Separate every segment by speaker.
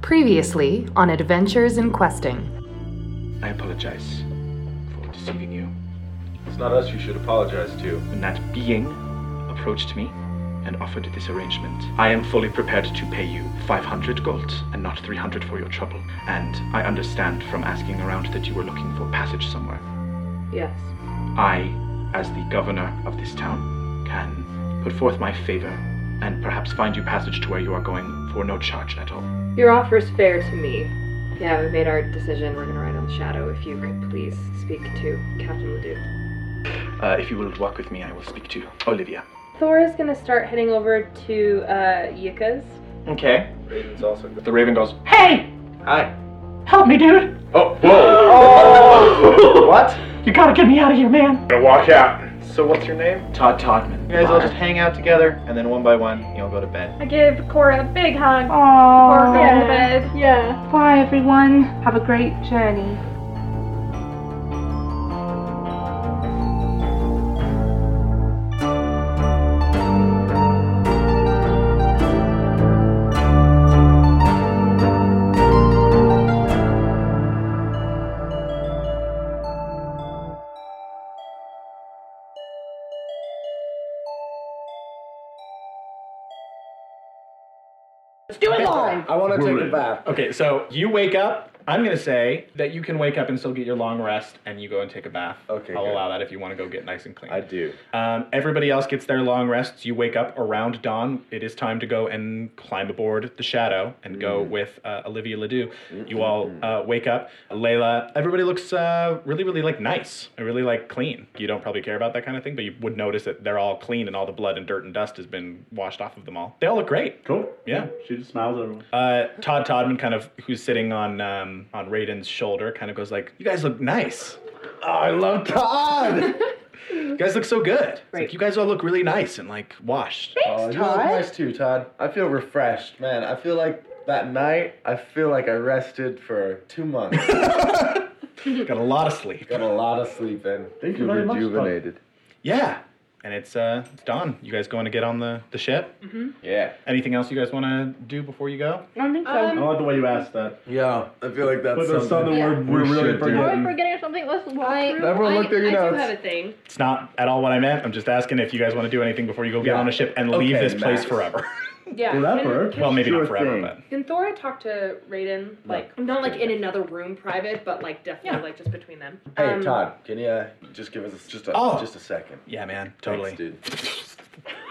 Speaker 1: Previously on Adventures in Questing.
Speaker 2: I apologize for deceiving you.
Speaker 3: It's not us you should apologize to.
Speaker 2: When that being approached me and offered this arrangement, I am fully prepared to pay you 500 gold and not 300 for your trouble. And I understand from asking around that you were looking for passage somewhere.
Speaker 4: Yes.
Speaker 2: I, as the governor of this town, can put forth my favor and perhaps find you passage to where you are going for no charge at all.
Speaker 4: Your offer's fair to me. Yeah, we made our decision. We're gonna ride on the shadow. If you could please speak to Captain Leduc.
Speaker 2: Uh, if you will walk with me, I will speak to Olivia.
Speaker 4: Thor is gonna start heading over to uh, Yuka's.
Speaker 2: Okay.
Speaker 3: Raven's also good.
Speaker 2: The raven goes, Hey!
Speaker 3: Hi.
Speaker 2: Help me, dude!
Speaker 3: Oh, whoa. what?
Speaker 2: You gotta get me out of here, man!
Speaker 3: Gonna walk out. So what's your name?
Speaker 2: Todd Todman.
Speaker 3: You guys all just hang out together, and then one by one, you'll go to bed.
Speaker 5: I give Cora a big hug before
Speaker 6: Oh,
Speaker 5: going to bed. Yeah.
Speaker 6: Bye, everyone. Have a great journey.
Speaker 7: I want to take a bath.
Speaker 8: Okay, so you wake up. I'm gonna say that you can wake up and still get your long rest, and you go and take a bath.
Speaker 7: Okay,
Speaker 8: I'll
Speaker 7: good.
Speaker 8: allow that if you want to go get nice and clean.
Speaker 7: I do.
Speaker 8: Um, everybody else gets their long rests. You wake up around dawn. It is time to go and climb aboard the Shadow and go with uh, Olivia Ledoux. You all uh, wake up. Layla, everybody looks uh, really, really like nice and really like clean. You don't probably care about that kind of thing, but you would notice that they're all clean and all the blood and dirt and dust has been washed off of them all. They all look great.
Speaker 9: Cool.
Speaker 8: Yeah.
Speaker 9: She just smiles at everyone.
Speaker 8: Uh, Todd Todman, kind of who's sitting on um, on Raiden's shoulder, kind of goes like, "You guys look nice.
Speaker 7: Oh, I love Todd.
Speaker 8: You guys look so good. It's
Speaker 4: Right.
Speaker 8: Like you guys all look really nice and like washed."
Speaker 7: oh, you look nice too, Todd. I feel refreshed, man. I feel like that night. I feel like I rested for two months.
Speaker 8: Got a lot of sleep.
Speaker 7: Got a lot of sleep in.
Speaker 9: Thank you very much, Todd.
Speaker 8: Yeah. And it's uh it's dawn. You guys going to get on the the ship?
Speaker 7: Yeah.
Speaker 8: Anything else you guys want to do before you go?
Speaker 6: I think so.
Speaker 9: I
Speaker 5: Um,
Speaker 9: like the way you asked that.
Speaker 7: Yeah. I feel like that's
Speaker 9: But there's
Speaker 7: something.
Speaker 9: something we're, we're
Speaker 7: We
Speaker 9: really
Speaker 7: should do.
Speaker 9: forgetting.
Speaker 5: we're getting something. Let's walk
Speaker 4: I,
Speaker 5: through.
Speaker 7: Oh, Everyone
Speaker 4: I,
Speaker 7: look through your
Speaker 4: I do
Speaker 7: notes.
Speaker 4: have a thing.
Speaker 8: It's not at all what I meant. I'm just asking if you guys want to do anything before you go get
Speaker 7: Yeah.
Speaker 8: on a ship and leave
Speaker 7: Okay,
Speaker 8: this place
Speaker 7: Max.
Speaker 8: forever.
Speaker 4: Yeah.
Speaker 9: Forever?
Speaker 4: Can,
Speaker 8: well, maybe
Speaker 9: Sure
Speaker 8: not forever,
Speaker 9: thing.
Speaker 8: but
Speaker 4: can, can Thora talk to Raiden? Like, not like in another room, private, but like definitely
Speaker 8: Yeah.
Speaker 4: like just between them.
Speaker 7: Hey,
Speaker 4: Um,
Speaker 7: Todd. Can you uh, just give us just a
Speaker 8: Oh.
Speaker 7: just a second?
Speaker 8: yeah, man, totally.
Speaker 7: Thanks, dude.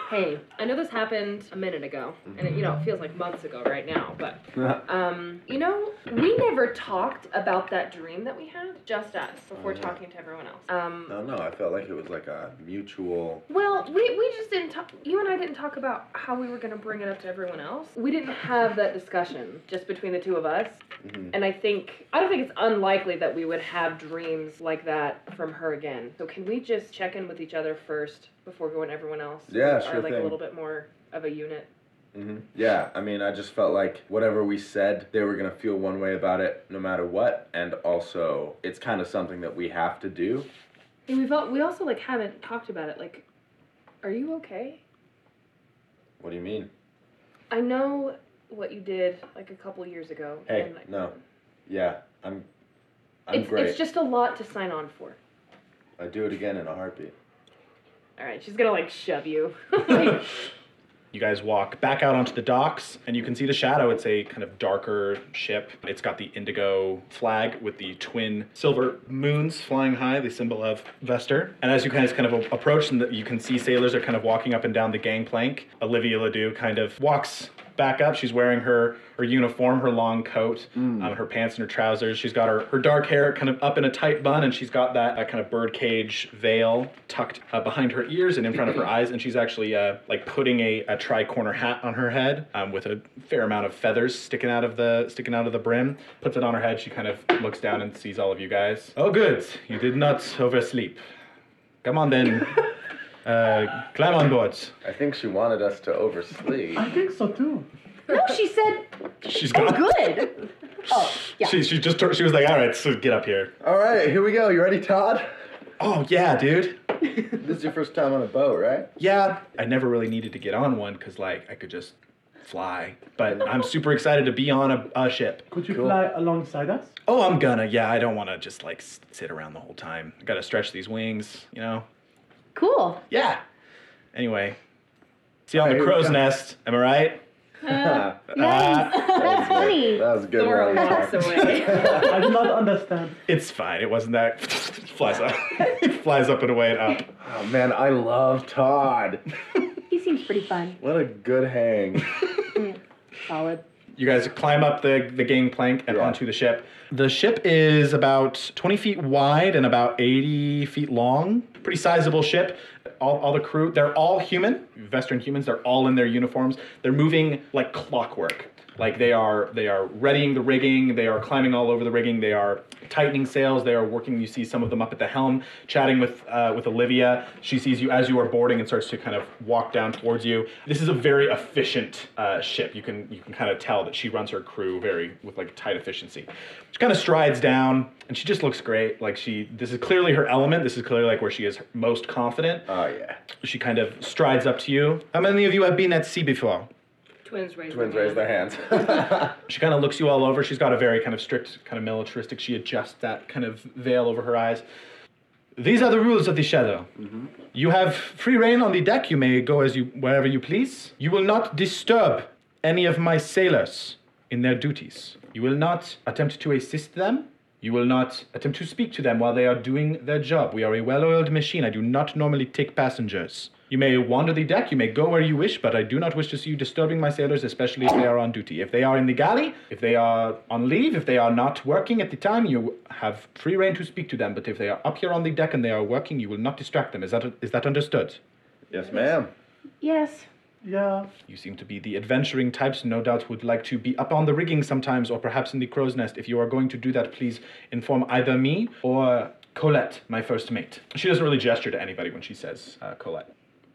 Speaker 4: Hey, I know this happened a minute ago, and it, you know it feels like months ago right now. But um, you know, we never talked about that dream that we had, just us, before
Speaker 7: yeah.
Speaker 4: talking to everyone else. Um,
Speaker 7: No, no. I felt like it was like a mutual.
Speaker 4: well, we, we just didn't talk. You and I didn't talk about how we were gonna bring it up to everyone else. We didn't have that discussion just between the two of us.
Speaker 7: Mhm.
Speaker 4: And I think I don't think it's unlikely that we would have dreams like that from her again. So can we just check in with each other first before going to everyone else?
Speaker 7: Yeah,
Speaker 4: Or,
Speaker 7: sure
Speaker 4: like a
Speaker 7: thing.
Speaker 4: little bit more of a unit.
Speaker 7: hmm Yeah, I mean, I just felt like whatever we said, they were gonna feel one way about it no matter what, and also it's kind of something that we have to do.
Speaker 4: And we've all, we also like haven't talked about it. Like, are you okay?
Speaker 7: What do you mean?
Speaker 4: I know what you did like a couple years ago.
Speaker 7: Hey,
Speaker 4: I-
Speaker 7: no, yeah, I'm, I'm
Speaker 4: It's,
Speaker 7: great.
Speaker 4: it's just a lot to sign on for.
Speaker 7: I do it again in a heartbeat.
Speaker 4: All right, she's gonna like shove you.
Speaker 8: You guys walk back out onto the docks, and you can see the shadow. It's a kind of darker ship. It's got the indigo flag with the twin silver moons flying high, the symbol of Vester. And as you guys kind of approach, and you can see sailors are kind of walking up and down the gangplank. Olivia Ledoux kind of walks back up. She's wearing her her uniform, her long coat, um, her pants and her trousers. She's got her, her dark hair kind of up in a tight bun, and she's got that, uh kind of birdcage veil tucked uh, behind her ears and in front of her eyes. And she's actually uh, like putting a, a tri-corner hat on her head um, with a fair amount of feathers sticking out of the sticking out of the brim. Puts it on her head. She kind of looks down and sees all of you guys. Oh, good. You did not oversleep. Come on then. Uh, climb on board.
Speaker 7: I think she wanted us to oversleep.
Speaker 9: I think so too.
Speaker 6: No, she said
Speaker 8: She's gone.
Speaker 6: good. Oh, yeah.
Speaker 8: She, she just turned, she was like, all right, so get up here.
Speaker 7: All right, here we go. You ready, Todd?
Speaker 8: Oh yeah, dude.
Speaker 7: This is your first time on a boat, right?
Speaker 8: Yeah, I never really needed to get on one because like I could just fly, but I'm super excited to be on a, a ship.
Speaker 9: Could you fly alongside us?
Speaker 8: Oh, I'm gonna. Yeah, I don't want to just like s- sit around the whole time. I gotta stretch these wings, you know.
Speaker 6: Cool.
Speaker 8: Yeah. Anyway, see you on
Speaker 7: Alright,
Speaker 8: the
Speaker 7: here we
Speaker 8: crow's
Speaker 7: go.
Speaker 8: nest. Am I right?
Speaker 7: that
Speaker 8: Ah.
Speaker 6: That's funny.
Speaker 7: was a good
Speaker 4: Thora
Speaker 7: one.
Speaker 4: walks away.
Speaker 9: I do not understand.
Speaker 8: It's fine. It wasn't that. flies up. flies up and away and up.
Speaker 7: Oh man, I love Todd.
Speaker 6: He seems pretty fun.
Speaker 7: What a good hang.
Speaker 6: Solid.
Speaker 8: You guys climb up the, the gangplank and
Speaker 7: Yeah.
Speaker 8: onto the ship. The ship is about 20 feet wide and about 80 feet long. Pretty sizable ship. All, all the crew, they're all human, Western humans. They're all in their uniforms. They're moving like clockwork. Like they are, they are readying the rigging. They are climbing all over the rigging. They are tightening sails. They are working. You see some of them up at the helm, chatting with uh, with Olivia. She sees you as you are boarding and starts to kind of walk down towards you. This is a very efficient uh, ship. You can you can kind of tell that she runs her crew very with like tight efficiency. She kind of strides down and she just looks great. Like she this is clearly her element. This is clearly like where she is most confident.
Speaker 7: Oh yeah.
Speaker 8: She kind of strides up to you. How many of you have been at sea before?
Speaker 4: Twins raise
Speaker 7: Twins
Speaker 4: their
Speaker 7: raise
Speaker 4: hand.
Speaker 7: their hands.
Speaker 8: She kind of looks you all over. She's got a very kind of strict, kind of militaristic. She adjusts that kind of veil over her eyes. These are the rules of the Shadow. You have free reign on the deck. You may go as you wherever you please. You will not disturb any of my sailors in their duties. You will not attempt to assist them. You will not attempt to speak to them while they are doing their job. We are a well-oiled machine. I do not normally take passengers. You may wander the deck, you may go where you wish, but I do not wish to see you disturbing my sailors, especially if they are on duty. If they are in the galley, if they are on leave, if they are not working at the time, you have free reign to speak to them. But if they are up here on the deck and they are working, you will not distract them. Is that is that understood?
Speaker 7: yes, ma'am.
Speaker 6: Yes.
Speaker 9: Yeah.
Speaker 8: You seem to be the adventuring types, no doubt would like to be up on the rigging sometimes, or perhaps in the crow's nest. If you are going to do that, please inform either me or Colette, my first mate. She doesn't really gesture to anybody when she says uh, Colette.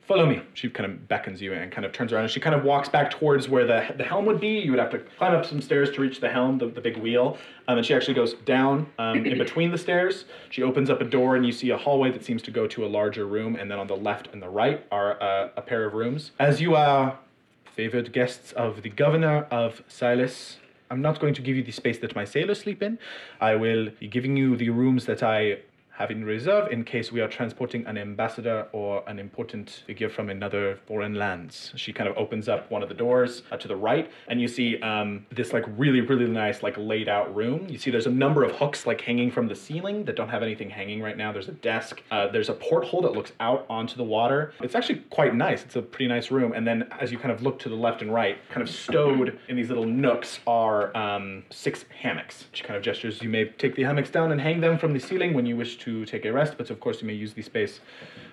Speaker 8: Follow me. She kind of beckons you and kind of turns around and she kind of walks back towards where the, the helm would be. You would have to climb up some stairs to reach the helm, the, the big wheel. Um, and she actually goes down um, in between the stairs. She opens up a door and you see a hallway that seems to go to a larger room. And then on the left and the right are uh, a pair of rooms. As you are favored guests of the governor of Silas, I'm not going to give you the space that my sailors sleep in. I will be giving you the rooms that I have in reserve in case we are transporting an ambassador or an important figure from another foreign lands. She kind of opens up one of the doors uh, to the right, and you see um, this like really, really nice like laid out room. You see there's a number of hooks like hanging from the ceiling that don't have anything hanging right now. There's a desk. Uh, there's a porthole that looks out onto the water. It's actually quite nice. It's a pretty nice room. And then as you kind of look to the left and right, kind of stowed in these little nooks are um, six hammocks. She kind of gestures. You may take the hammocks down and hang them from the ceiling when you wish to take a rest, but of course you may use the space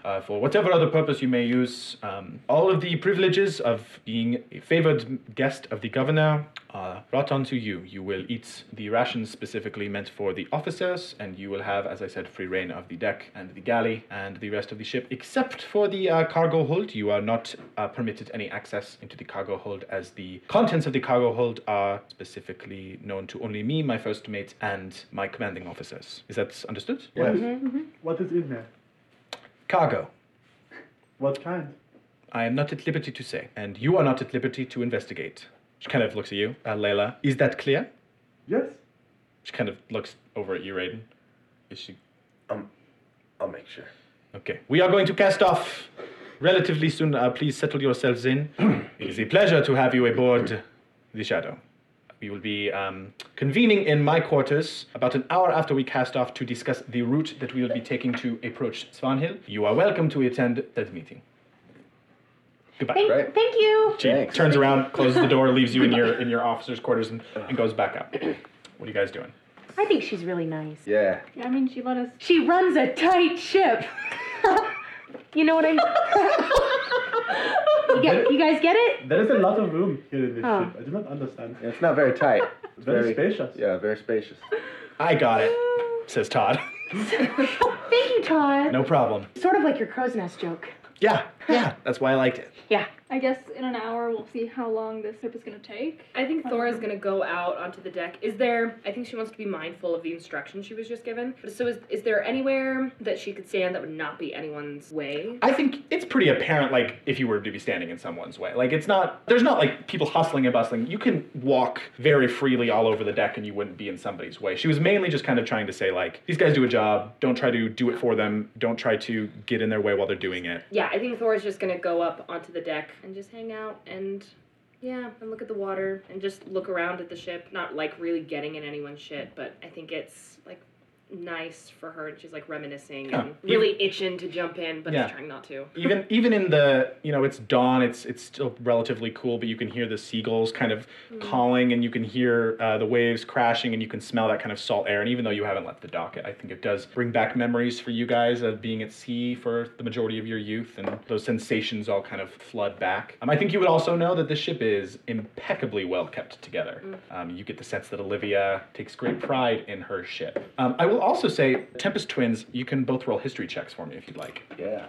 Speaker 8: uh, for whatever other purpose you may use. Um, all of the privileges of being a favored guest of the governor are brought onto you. You will eat the rations specifically meant for the officers, and you will have, as I said, free reign of the deck and the galley and the rest of the ship, except for the uh, cargo hold. You are not uh, permitted any access into the cargo hold, as the contents of the cargo hold are specifically known to only me, my first mate, and my commanding officers. Is that understood?
Speaker 9: Yes.
Speaker 6: Mm-hmm,
Speaker 9: What is in there?
Speaker 8: Cargo.
Speaker 9: What kind?
Speaker 8: I am not at liberty to say, and you are not at liberty to investigate. She kind of looks at you, uh, Layla. Is that clear?
Speaker 9: Yes.
Speaker 8: She kind of looks over at you, Raiden. Is she
Speaker 7: Um, I'll make sure.
Speaker 8: Okay. We are going to cast off relatively soon. Uh, please settle yourselves in. it is a pleasure to have you aboard the Shadow. We will be um, convening in my quarters about an hour after we cast off to discuss the route that we will be taking to approach Svanhild. You are welcome to attend that meeting. Goodbye.
Speaker 6: Thank,
Speaker 7: Right.
Speaker 6: thank you.
Speaker 8: She
Speaker 7: Thanks.
Speaker 8: turns around, closes the door, leaves you in your in your officer's quarters, and, and goes back up. What are you guys doing?
Speaker 6: I think she's really nice.
Speaker 7: Yeah.
Speaker 5: Yeah, I mean, she let us.
Speaker 6: She runs a tight ship. you know what I mean? you, get, you guys get it?
Speaker 9: There is a lot of room here in this
Speaker 6: Oh.
Speaker 9: ship. I do not understand.
Speaker 7: It's not very tight. It's
Speaker 9: Very spacious.
Speaker 7: Yeah, very spacious.
Speaker 8: I got it, says Todd.
Speaker 6: Thank you, Todd.
Speaker 8: no problem.
Speaker 6: Sort of like your crow's nest joke.
Speaker 8: Yeah, Yeah, that's why I liked it.
Speaker 5: I guess in an hour we'll see how long this trip is gonna take.
Speaker 4: I think Thora's gonna go out onto the deck. Is there? I think she wants to be mindful of the instruction she was just given. But so is, is there anywhere that she could stand that would not be anyone's way?
Speaker 8: I think it's pretty apparent, like, if you were to be standing in someone's way. Like, it's not, there's not, like, people hustling and bustling. You can walk very freely all over the deck and you wouldn't be in somebody's way. She was mainly just kind of trying to say, like, these guys do a job. Don't try to do it for them. Don't try to get in their way while they're doing it.
Speaker 4: Yeah, I think Thora's just gonna go up onto the deck and just hang out and. Yeah, and look at the water and just look around at the ship. Not like really getting in anyone's shit, but I think it's like nice for her. She's like reminiscing
Speaker 8: Yeah.
Speaker 4: and really itching to jump in, but
Speaker 8: Yeah.
Speaker 4: is trying not to.
Speaker 8: even even in the you know it's dawn it's it's still relatively cool but you can hear the seagulls kind of calling and you can hear uh, the waves crashing and you can smell that kind of salt air and even though you haven't left the dock i think it does bring back memories for you guys of being at sea for the majority of your youth and those sensations all kind of flood back um, i think you would also know that the ship is impeccably well kept together um, you get the sense that olivia takes great pride in her ship um, i will also say tempest twins you can both roll history checks for me if you'd like
Speaker 7: Yeah.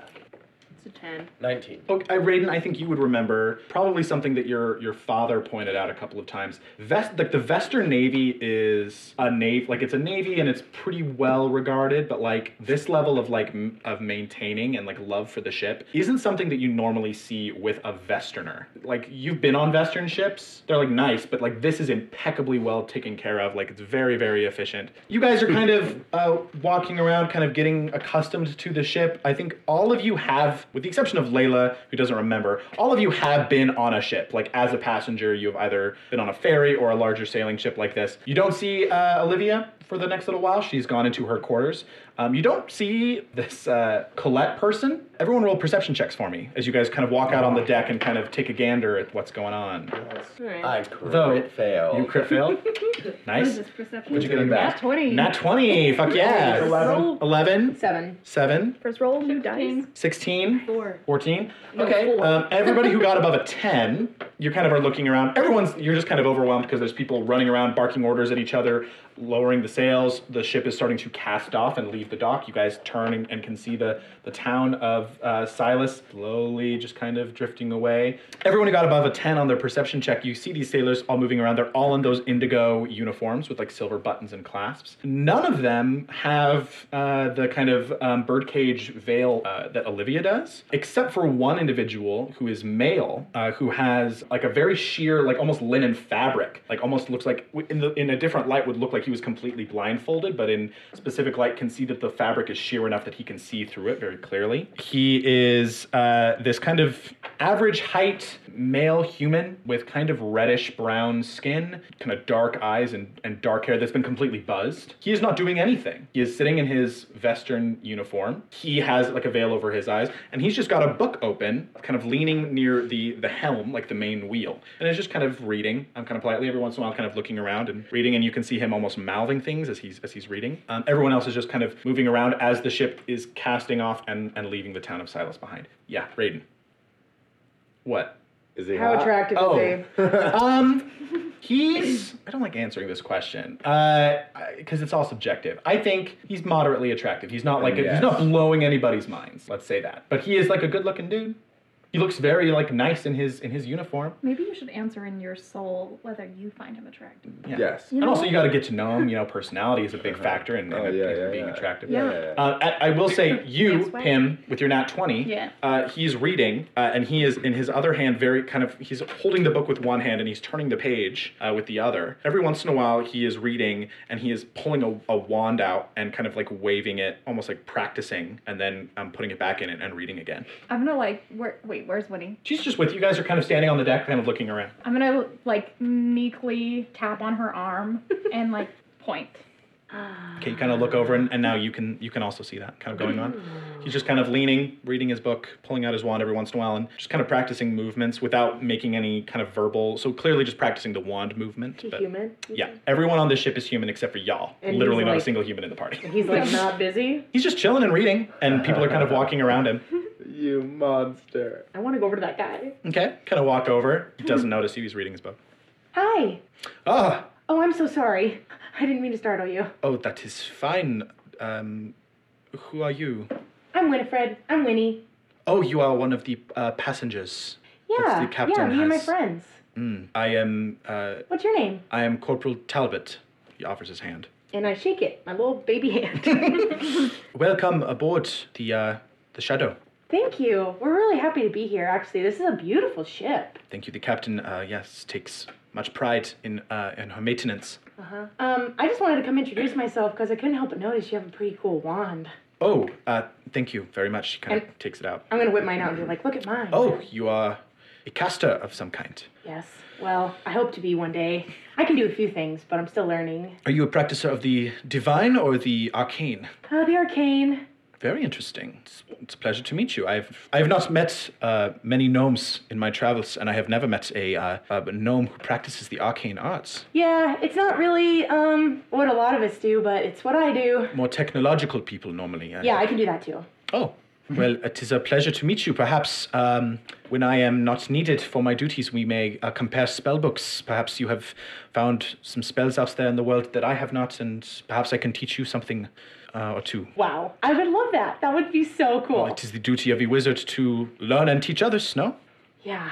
Speaker 4: It's a 10.
Speaker 7: 19.
Speaker 8: Okay, uh, Raiden, I think you would remember probably something that your your father pointed out a couple of times. Vest, like the Vester Navy is a navy, like it's a navy and it's pretty well regarded, but like this level of like m- of maintaining and like love for the ship isn't something that you normally see with a Vesterner. Like you've been on Vestern ships, they're like nice, but like this is impeccably well taken care of. Like it's very very efficient. You guys are kind of uh, walking around, kind of getting accustomed to the ship. I think all of you have, with the exception of Layla, who doesn't remember, all of you have been on a ship. Like, as a passenger, you've either been on a ferry or a larger sailing ship like this. You don't see uh, Olivia for the next little while. She's gone into her quarters. Um, you don't see this uh, Colette person. Everyone roll perception checks for me as you guys kind of walk out on the deck and kind of take a gander at what's going on.
Speaker 7: I crit
Speaker 8: Though-
Speaker 7: fail.
Speaker 8: You crit failed?
Speaker 5: What is
Speaker 8: nice.
Speaker 5: this perception?
Speaker 8: What'd you get in
Speaker 6: That's
Speaker 8: that?
Speaker 6: 20.
Speaker 8: Not 20. Fuck yeah.
Speaker 6: Roll
Speaker 8: 11,
Speaker 6: Seven.
Speaker 8: 7,
Speaker 6: First roll, new dice.
Speaker 8: 16,
Speaker 4: Four.
Speaker 8: 14
Speaker 4: No,
Speaker 8: okay
Speaker 4: four.
Speaker 8: um, everybody who got above a 10 you kind of are looking around everyone's you're just kind of overwhelmed because there's people running around barking orders at each other lowering the sails the ship is starting to cast off and leave the dock you guys turn and, and can see the the town of uh, silas slowly just kind of drifting away everyone who got above a 10 on their perception check you see these sailors all moving around they're all in those indigo uniforms with like silver buttons and clasps none of them have uh, the kind of um, birdcage veil uh, that Olivia does, except for one individual who is male, uh, who has like a very sheer, like almost linen fabric, like almost looks like in the in a different light would look like he was completely blindfolded, but in specific light can see that the fabric is sheer enough that he can see through it very clearly. He is uh, this kind of average height male human with kind of reddish brown skin, kind of dark eyes and, and dark hair that's been completely buzzed. He is not doing anything. He is sitting in his Western uniform. He has like a veil over his eyes, and he's just got a book open, kind of leaning near the, the helm, like the main wheel. And it's just kind of reading. I'm kind of politely every once in a while kind of looking around and reading, and you can see him almost mouthing things as he's as he's reading. Um, everyone else is just kind of moving around as the ship is casting off and, and leaving the town of Silas behind. Yeah, Raiden. What?
Speaker 7: Is he
Speaker 6: How
Speaker 7: hot?
Speaker 6: attractive
Speaker 8: Oh.
Speaker 6: is
Speaker 8: Um, he's. I don't like answering this question because it's all subjective. I think he's moderately attractive. He's not like a, he's
Speaker 7: Yes.
Speaker 8: not blowing anybody's minds. Let's say that. But he is like a good-looking dude. He looks very like nice in his in his uniform.
Speaker 5: Maybe you should answer in your soul whether you find him attractive.
Speaker 8: Yeah.
Speaker 7: Yes.
Speaker 5: You
Speaker 8: And
Speaker 5: know?
Speaker 8: also, you got to get to know him. You know, personality is a big factor in, in
Speaker 7: Oh,
Speaker 8: a-
Speaker 7: yeah,
Speaker 8: in
Speaker 7: yeah,
Speaker 8: being
Speaker 7: yeah.
Speaker 8: attractive.
Speaker 5: Yeah.
Speaker 8: Uh, I, I will say, you,
Speaker 5: That's right.
Speaker 8: him, with your nat 20,
Speaker 5: Yeah.
Speaker 8: uh, he's reading, uh, and he is in his other hand, very kind of, he's holding the book with one hand and he's turning the page uh, with the other. Every once in a while, he is reading and he is pulling a, a wand out and kind of like waving it, almost like practicing, and then um, putting it back in it and reading again.
Speaker 6: I'm gonna like, where, wait, where's Winnie?
Speaker 8: She's just with you guys, are kind of standing on the deck, kind of looking around.
Speaker 6: I'm gonna like meekly tap on her arm and like point.
Speaker 8: Okay, you kind of look over, and, and now you can you can also see that kind of going on.
Speaker 6: Mm.
Speaker 8: He's just kind of leaning, reading his book, pulling out his wand every once in a while, and just kind of practicing movements without making any kind of verbal. So clearly, just practicing the wand movement.
Speaker 6: She
Speaker 8: but-
Speaker 6: human?
Speaker 8: Yeah, everyone on this ship is human except for y'all.
Speaker 6: And he's
Speaker 8: Literally, not a
Speaker 6: like-
Speaker 8: single human in the party.
Speaker 6: He's like not busy.
Speaker 8: He's just chilling and reading, and people are kind of walking around him.
Speaker 7: You monster.
Speaker 6: I want to go over to that guy.
Speaker 8: Okay, kind of walk over. He doesn't notice you. He's reading his book.
Speaker 6: Hi.
Speaker 8: Ah,
Speaker 6: Oh, I'm so sorry. I didn't mean to startle you.
Speaker 8: oh, that is fine. Um, who are you?
Speaker 6: I'm Winifred. I'm Winnie.
Speaker 8: Oh, you are one of the uh, passengers.
Speaker 10: Yeah,
Speaker 8: the captain
Speaker 10: yeah, me and my
Speaker 8: has-
Speaker 10: friends.
Speaker 8: Mm. I am. Uh,
Speaker 10: What's your name?
Speaker 8: I am Corporal Talbot. He offers his hand.
Speaker 10: And I shake it, my little baby hand.
Speaker 8: Welcome aboard the uh, the Shadow.
Speaker 10: Thank you. We're really happy to be here, actually. This is a beautiful ship.
Speaker 8: Thank you. The captain, uh, yes, takes much pride in uh, in her maintenance.
Speaker 10: Uh-huh. Um, I just wanted to come introduce myself because I couldn't help but notice you have a pretty cool wand.
Speaker 8: Oh, uh, thank you very much. She kind of
Speaker 10: And-
Speaker 8: takes it out.
Speaker 10: I'm gonna whip mine out and be like, look at mine.
Speaker 8: Oh, you are a caster of some kind.
Speaker 10: Yes. Well, I hope to be one day. I can do a few things, but I'm still learning.
Speaker 8: Are you a practicer of the divine or the arcane?
Speaker 10: Uh, the arcane.
Speaker 8: Very interesting. It's, it's a pleasure to meet you. I've I have not met uh, many gnomes in my travels, and I have never met a, uh, a gnome who practices the arcane arts.
Speaker 10: Yeah, it's not really um what a lot of us do, but it's what I do.
Speaker 8: More technological people normally. I-
Speaker 10: Yeah, I can do that too.
Speaker 8: Oh. Well, it is a pleasure to meet you. Perhaps um, when I am not needed for my duties, we may uh, compare spell books. Perhaps you have found some spells out there in the world that I have not, and perhaps I can teach you something uh, or two.
Speaker 10: Wow. I would love that. That would be so cool.
Speaker 8: It is the duty of a wizard to learn and teach others, no?
Speaker 10: Yeah.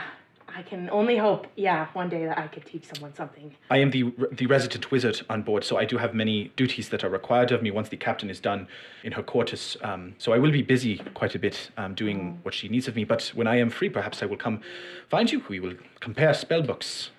Speaker 10: I can only hope, yeah, one day that I could teach someone something.
Speaker 8: I am the the resident wizard on board, so I do have many duties that are required of me once the captain is done in her quarters. Um, so I will be busy quite a bit um, doing what she needs of me. But when I am free, perhaps I will come find you. We will compare spell books.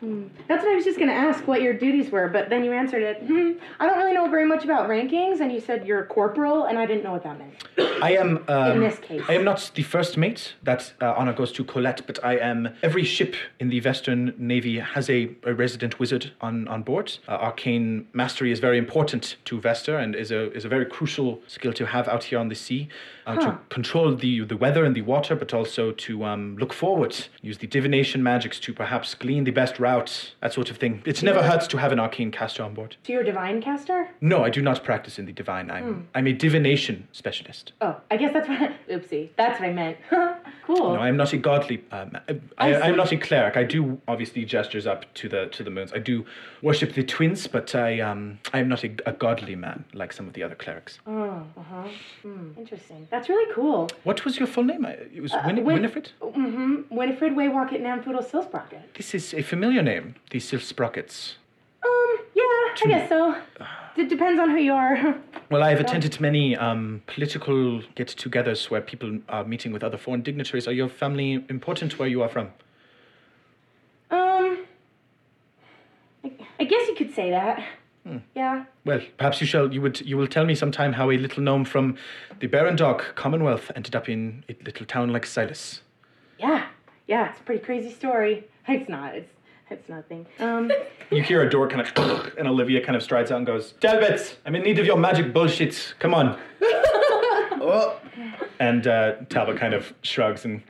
Speaker 10: That's what I was just gonna ask what your duties were, but then you answered it. Hmm, I don't really know very much about rankings, and you said you're a corporal, and I didn't know what that meant.
Speaker 8: I am. Um,
Speaker 10: In this case.
Speaker 8: I am not the first mate. That uh, honor goes to Colette, but I am. Every ship in the Western Navy has a, a resident wizard on on board. Uh, arcane mastery is very important to Vester and is a is a very crucial skill to have out here on the sea, uh, to control the the weather and the water, but also to um, look forward, use the divination magics to perhaps glean the best route, that sort of thing. It never hurts to have an arcane caster on board.
Speaker 10: So you're a divine caster?
Speaker 8: No, I do not practice in the divine. I'm
Speaker 10: Hmm.
Speaker 8: I'm a divination specialist.
Speaker 10: Oh, I guess that's what. oopsie, that's what I meant. cool.
Speaker 8: No, I'm not a godly. Um, I, I, I'm not a cleric. I do obviously gestures up to the to the moons. I do worship the twins, but I um I am not a, a godly man like some of the other clerics.
Speaker 10: oh, uh huh. Hmm, interesting. That's really cool.
Speaker 8: What was your full name? I, it was Uh, Win-
Speaker 10: Win-
Speaker 8: Winifred.
Speaker 10: Mm-hmm. Winifred Waywocket Namfoodle Silsprocket.
Speaker 8: This is a familiar name. The Silf Sprockets.
Speaker 10: Um, yeah, I guess so. It depends on who you are.
Speaker 8: Well, I have attended many um, political get-togethers where people are meeting with other foreign dignitaries. Are your family important where you are from?
Speaker 10: Um, I, I guess you could say that. Yeah.
Speaker 8: Well, perhaps you shall. You would. You will tell me sometime how a little gnome from the Berendog Commonwealth ended up in a little town like Silas.
Speaker 10: Yeah. Yeah, it's a pretty crazy story. It's not. It's it's nothing. Um,
Speaker 8: You hear a door kind of, and Olivia kind of strides out and goes, Talbot, I'm in need of your magic bullshit. Come on.
Speaker 7: Oh,
Speaker 8: And uh, Talbot kind of shrugs and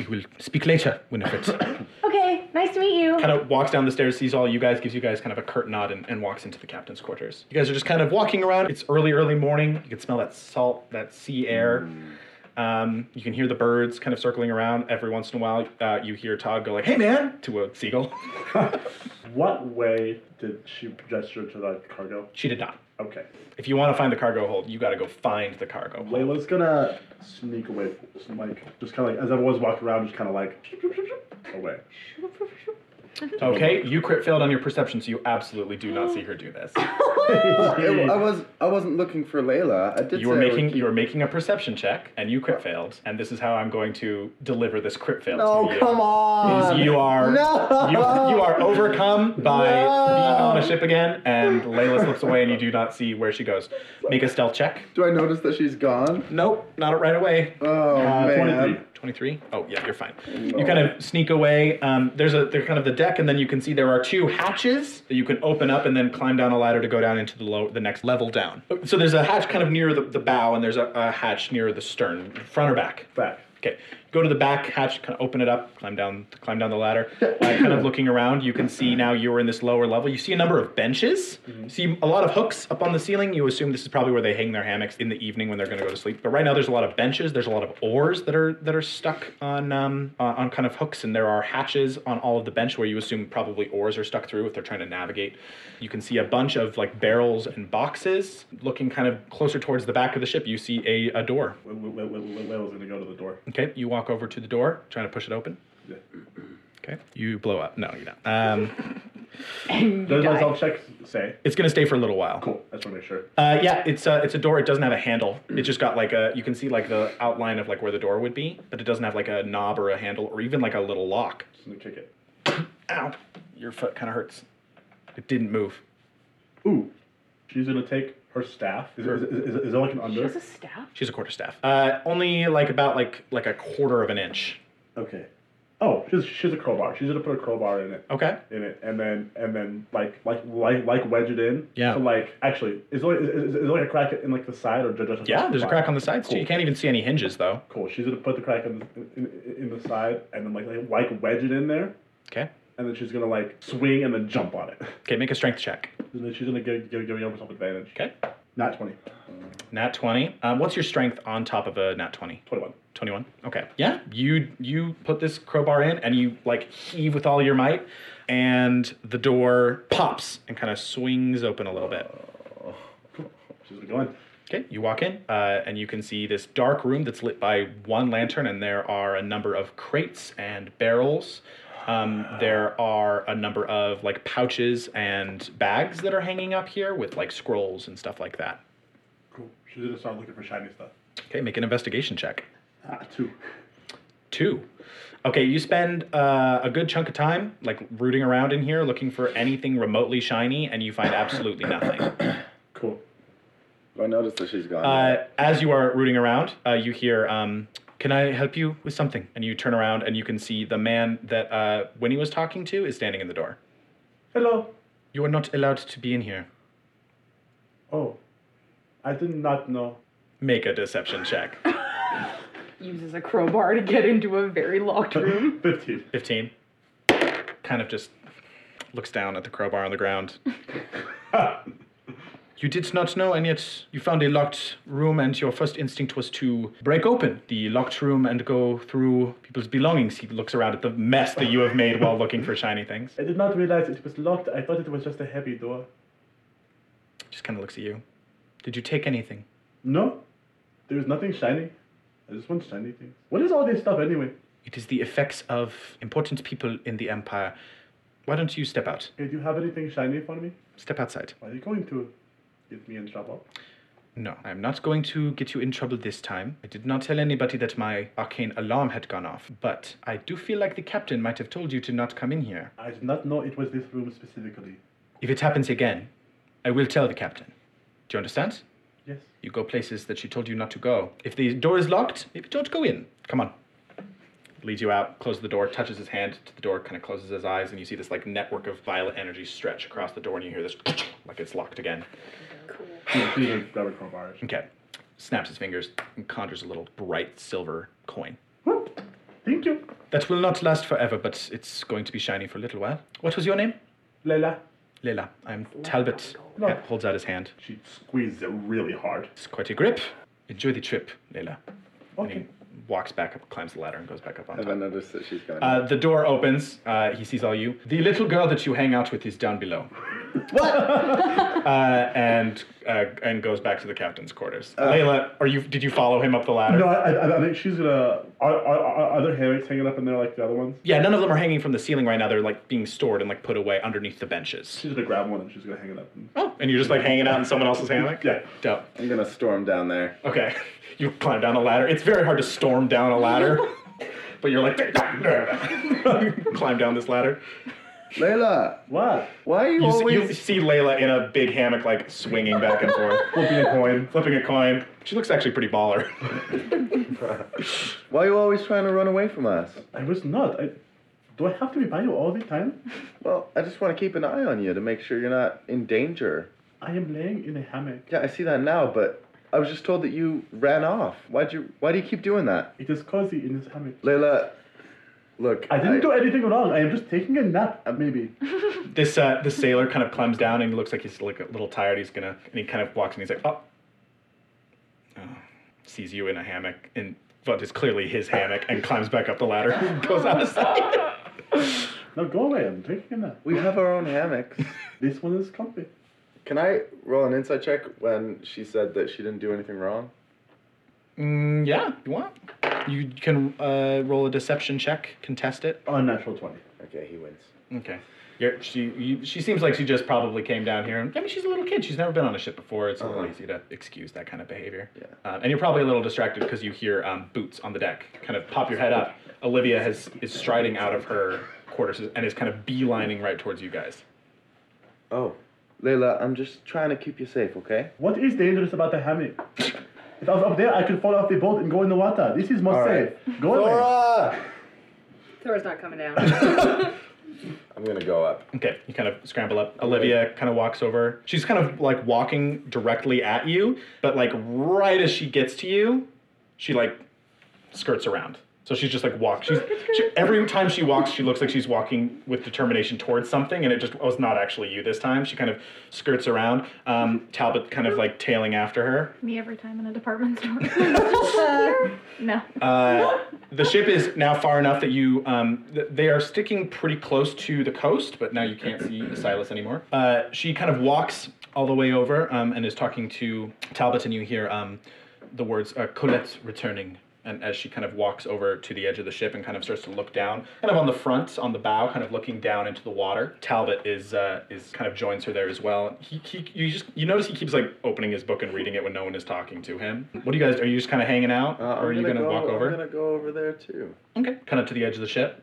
Speaker 8: we will speak later, Winifred. kind
Speaker 10: okay. Nice to meet you.
Speaker 8: of walks down the stairs, sees all you guys, gives you guys kind of a curt nod, and, and walks into the captain's quarters. You guys are just kind of walking around. It's early, early morning. You can smell that salt, that sea air. Um, you can hear the birds kind of circling around. Every once in a while, uh, you hear Todd go like, "Hey, man!" to a seagull.
Speaker 9: What way did she gesture to that cargo?
Speaker 8: she did not.
Speaker 9: Okay.
Speaker 8: If you want to find the cargo hold, you got to go find the cargo hold.
Speaker 9: Layla's gonna sneak away, from- like just kind of like as everyone's walking around, just kind of like away.
Speaker 8: Okay, you crit failed on your perception, so you absolutely do not see her do this.
Speaker 7: it- I was I wasn't looking for Layla. I did.
Speaker 8: You were
Speaker 7: say I was-
Speaker 8: making you were making a perception check, and you crit failed. And this is how I'm going to deliver this crit fail. to
Speaker 7: No,
Speaker 8: you.
Speaker 7: Oh, come on.
Speaker 8: Is you are
Speaker 7: No.
Speaker 8: you, you are overcome by
Speaker 7: No.
Speaker 8: being on a ship again, and Layla slips away, and you do not see where she goes. Make a stealth check.
Speaker 7: Do I notice that she's gone?
Speaker 8: Nope, not right away.
Speaker 7: Oh
Speaker 8: Uh,
Speaker 7: man.
Speaker 8: 23 oh yeah you're fine you kind of sneak away um, there's a there's kind of the deck and then you can see there are two hatches that you can open up and then climb down a ladder to go down into the low the next level down so there's a hatch kind of near the, the bow and there's a, a hatch near the stern front or back
Speaker 9: Back.
Speaker 8: okay go to the back hatch kind of open it up climb down climb down the ladder uh, kind of looking around you can see now you're in this lower level you see a number of benches You see a lot of hooks up on the ceiling you assume this is probably where they hang their hammocks in the evening when they're going to go to sleep but right now there's a lot of benches there's a lot of oars that are that are stuck on um uh, on kind of hooks and there are hatches on all of the bench where you assume probably oars are stuck through if they're trying to navigate you can see a bunch of like barrels and boxes looking kind of closer towards the back of the ship you see a, a door
Speaker 9: Layla's gonna go to the door.
Speaker 8: Okay, you walk walk over to the door, trying to push it open.
Speaker 9: Yeah.
Speaker 8: Okay. You blow up. No, you don't. Um,
Speaker 9: Does my self check say?
Speaker 8: it's gonna stay for a little while.
Speaker 9: Cool. I just want to make sure.
Speaker 8: Uh, yeah, it's a it's a door. It doesn't have a handle. It just got like a you can see like the outline of like where the door would be, but it doesn't have like a knob or a handle or even like a little lock.
Speaker 9: Just gonna kick it.
Speaker 8: Ow! Your foot kind of hurts. It didn't move.
Speaker 9: Ooh, she's gonna take her staff. Is, is, is, is it like an
Speaker 10: She
Speaker 9: under?
Speaker 10: has a staff?
Speaker 8: She's a quarterstaff. Uh, only like about like like a quarter of an inch.
Speaker 9: Okay. Oh, she's she's a crowbar. She's gonna put a crowbar in it.
Speaker 8: Okay.
Speaker 9: in it, and then and then like like like like wedge it in.
Speaker 8: Yeah.
Speaker 9: To like actually, is there, is, is, is there like a crack in like the side or ju- just
Speaker 8: Yeah, there's a crack on the side, so
Speaker 9: Cool.
Speaker 8: you can't even see any hinges though.
Speaker 9: Cool. She's gonna put the crack in the, in, in the side, and then like, like like wedge it in there,
Speaker 8: Okay.
Speaker 9: and then she's gonna like swing and then jump on it.
Speaker 8: Okay, make a strength check.
Speaker 9: And then she's gonna give give give herself advantage.
Speaker 8: Okay.
Speaker 9: Not twenty.
Speaker 8: Nat 20. Um, what's your strength on top of a nat 20?
Speaker 9: Twenty one.
Speaker 8: 21. Okay. Yeah, you you put this crowbar in and you like heave with all your might and the door pops and kind of swings open a little bit.
Speaker 9: She's gonna go in.
Speaker 8: Okay, you walk in, uh, and you can see this dark room that's lit by one lantern, and there are a number of crates and barrels. Um, there are a number of like pouches and bags that are hanging up here with like scrolls and stuff like that.
Speaker 9: Cool. She's gonna start looking for shiny stuff.
Speaker 8: Okay, make an investigation check.
Speaker 9: Ah, two.
Speaker 8: Two. Okay, you spend uh, a good chunk of time like rooting around in here looking for anything remotely shiny, and you find absolutely nothing.
Speaker 9: Cool.
Speaker 7: Do I notice that she's gone?
Speaker 8: Uh, as you are rooting around, uh, you hear, um, "Can I help you with something?" And you turn around and you can see the man that uh, Winnie was talking to is standing in the door.
Speaker 9: Hello.
Speaker 8: You are not allowed to be in here.
Speaker 9: Oh, I did not know.
Speaker 8: Make a deception check.
Speaker 10: Uses a crowbar to get into a very locked room.
Speaker 9: Fifteen.
Speaker 8: Fifteen. Kind of just looks down at the crowbar on the ground. You did not know, and yet you found a locked room, and your first instinct was to break open the locked room and go through people's belongings. He looks around at the mess that you have made while looking for shiny things.
Speaker 9: I did not realize it was locked. I thought it was just a heavy door.
Speaker 8: Just kind of looks at you. Did you take anything?
Speaker 9: No, there's nothing shiny. I just want shiny things. What is all this stuff anyway?
Speaker 8: It is the effects of important people in the Empire. Why don't you step out?
Speaker 9: Hey, do you have anything shiny for me?
Speaker 8: Step outside.
Speaker 9: Are you going to get me in trouble?
Speaker 8: No, I'm not going to get you in trouble this time. I did not tell anybody that my arcane alarm had gone off, but I do feel like the captain might have told you to not come in here.
Speaker 9: I did not know it was this room specifically.
Speaker 8: If it happens again, I will tell the captain. Do you understand?
Speaker 9: Yes.
Speaker 8: You go places that she told you not to go. If the door is locked, maybe don't go in. Come on. Leads you out, closes the door, touches his hand to the door, kind of closes his eyes, and you see this like network of violet energy stretch across the door, and you hear this like it's locked again.
Speaker 9: Yeah, she's gonna grab a crowbar.
Speaker 8: Okay. Snaps his fingers and conjures a little bright silver coin.
Speaker 9: Whoop. Thank you,
Speaker 8: That will not last forever, but it's going to be shiny for a little while. What was your name?
Speaker 9: Leila.
Speaker 8: Leila. I'm Talbot. Yeah, holds out his hand.
Speaker 9: She squeezed it really hard.
Speaker 8: It's quite a grip. Enjoy the trip, Leila. And
Speaker 9: Okay.
Speaker 8: he walks back up, climbs the ladder, and goes back up on
Speaker 7: Have
Speaker 8: top.
Speaker 7: I noticed that she's gone?
Speaker 8: Uh, the door opens. Uh, he sees all you. The little girl that you hang out with is down below. what? uh, and uh, and goes back to the captain's quarters. Layla, are you? Did you follow him up the ladder?
Speaker 9: Uh. No, I, I, I think she's gonna. Are, are, are, are there hammocks hanging up in there like the other ones?
Speaker 8: Yeah, none of them are hanging from the ceiling right now. They're like being stored and like put away underneath the benches.
Speaker 9: She's gonna grab one and she's gonna hang it up. And,
Speaker 8: Oh, and you're just like hanging out in someone else's hammock.
Speaker 9: yeah.
Speaker 8: Dope.
Speaker 7: I'm gonna storm down there.
Speaker 8: Okay. You climb down a ladder. It's very hard to storm down a ladder, but you're like climb down this ladder.
Speaker 7: Layla,
Speaker 9: What?
Speaker 7: why are you,
Speaker 8: You, s-
Speaker 7: always?
Speaker 8: you see Layla in a big hammock, like swinging back and forth.
Speaker 9: Flipping a coin.
Speaker 8: flipping a coin. She looks actually pretty baller.
Speaker 7: Why are you always trying to run away from us?
Speaker 9: I was not. I, do I have to be by you all the time?
Speaker 7: Well, I just want to keep an eye on you to make sure you're not in danger.
Speaker 9: I am laying in a hammock.
Speaker 7: Yeah, I see that now, but I was just told that you ran off. Why'd you? Why do you keep doing that,
Speaker 9: It is cozy in this hammock.
Speaker 7: Layla? Look,
Speaker 9: I didn't do anything wrong. I am just taking a nap, uh, maybe.
Speaker 8: this uh, this sailor kind of climbs down and looks like he's like a little tired. He's gonna and he kind of walks and he's like, oh, Oh. sees you in a hammock and but it's clearly his hammock and climbs back up the ladder and goes outside.
Speaker 9: No, go away. I'm taking a nap.
Speaker 7: We have our own hammocks.
Speaker 9: This one is comfy.
Speaker 7: Can I roll an insight check when she said that she didn't do anything wrong?
Speaker 8: mm, yeah, you want? You can uh, roll a deception check, contest it.
Speaker 9: Unnatural 20.
Speaker 7: Okay, he wins.
Speaker 8: Okay. You're, she you, she seems like she just probably came down here. And, I mean, she's a little kid. She's never been on a ship before. It's a
Speaker 7: Uh-huh.
Speaker 8: little easy to excuse that kind of behavior.
Speaker 7: Yeah.
Speaker 8: Um, and you're probably a little distracted because you hear um, boots on the deck. Kind of pop your head up. Olivia has is striding out of her quarters and is kind of beelining right towards you guys.
Speaker 7: Oh, Layla, I'm just trying to keep you safe, okay?
Speaker 9: What is dangerous about the hammock? If I was up there, I could fall off the boat and go in the water. This is more
Speaker 7: All
Speaker 9: safe.
Speaker 7: right.
Speaker 9: Go away.
Speaker 4: Thor's not coming down.
Speaker 7: I'm gonna go up.
Speaker 8: Okay, you kind of scramble up. Olivia kind of walks over. She's kind of like walking directly at you, but like right as she gets to you, she like skirts around. So she's just like walk. She's she, every time she walks, she looks like she's walking with determination towards something, and it just was not actually you this time. She kind of skirts around. Um, Talbot kind of like tailing after her.
Speaker 6: Me every time in a department store. no.
Speaker 8: Uh, the ship is now far enough that you um, th- they are sticking pretty close to the coast, but now you can't see Silas anymore. Uh, she kind of walks all the way over um, and is talking to Talbot, and you hear um, the words uh, "Colette's returning." And as she kind of walks over to the edge of the ship and kind of starts to look down, kind of on the front, on the bow, kind of looking down into the water, Talbot is uh, is kind of joins her there as well. He, he you just you notice he keeps like opening his book and reading it when no one is talking to him. What do you guys? Are you just kind of hanging out,
Speaker 7: Uh,
Speaker 8: or are
Speaker 7: I'm
Speaker 8: you
Speaker 7: gonna
Speaker 8: gonna
Speaker 7: go-
Speaker 8: walk over?
Speaker 7: I'm gonna go over there too.
Speaker 8: Okay. Kind of to the edge of the ship.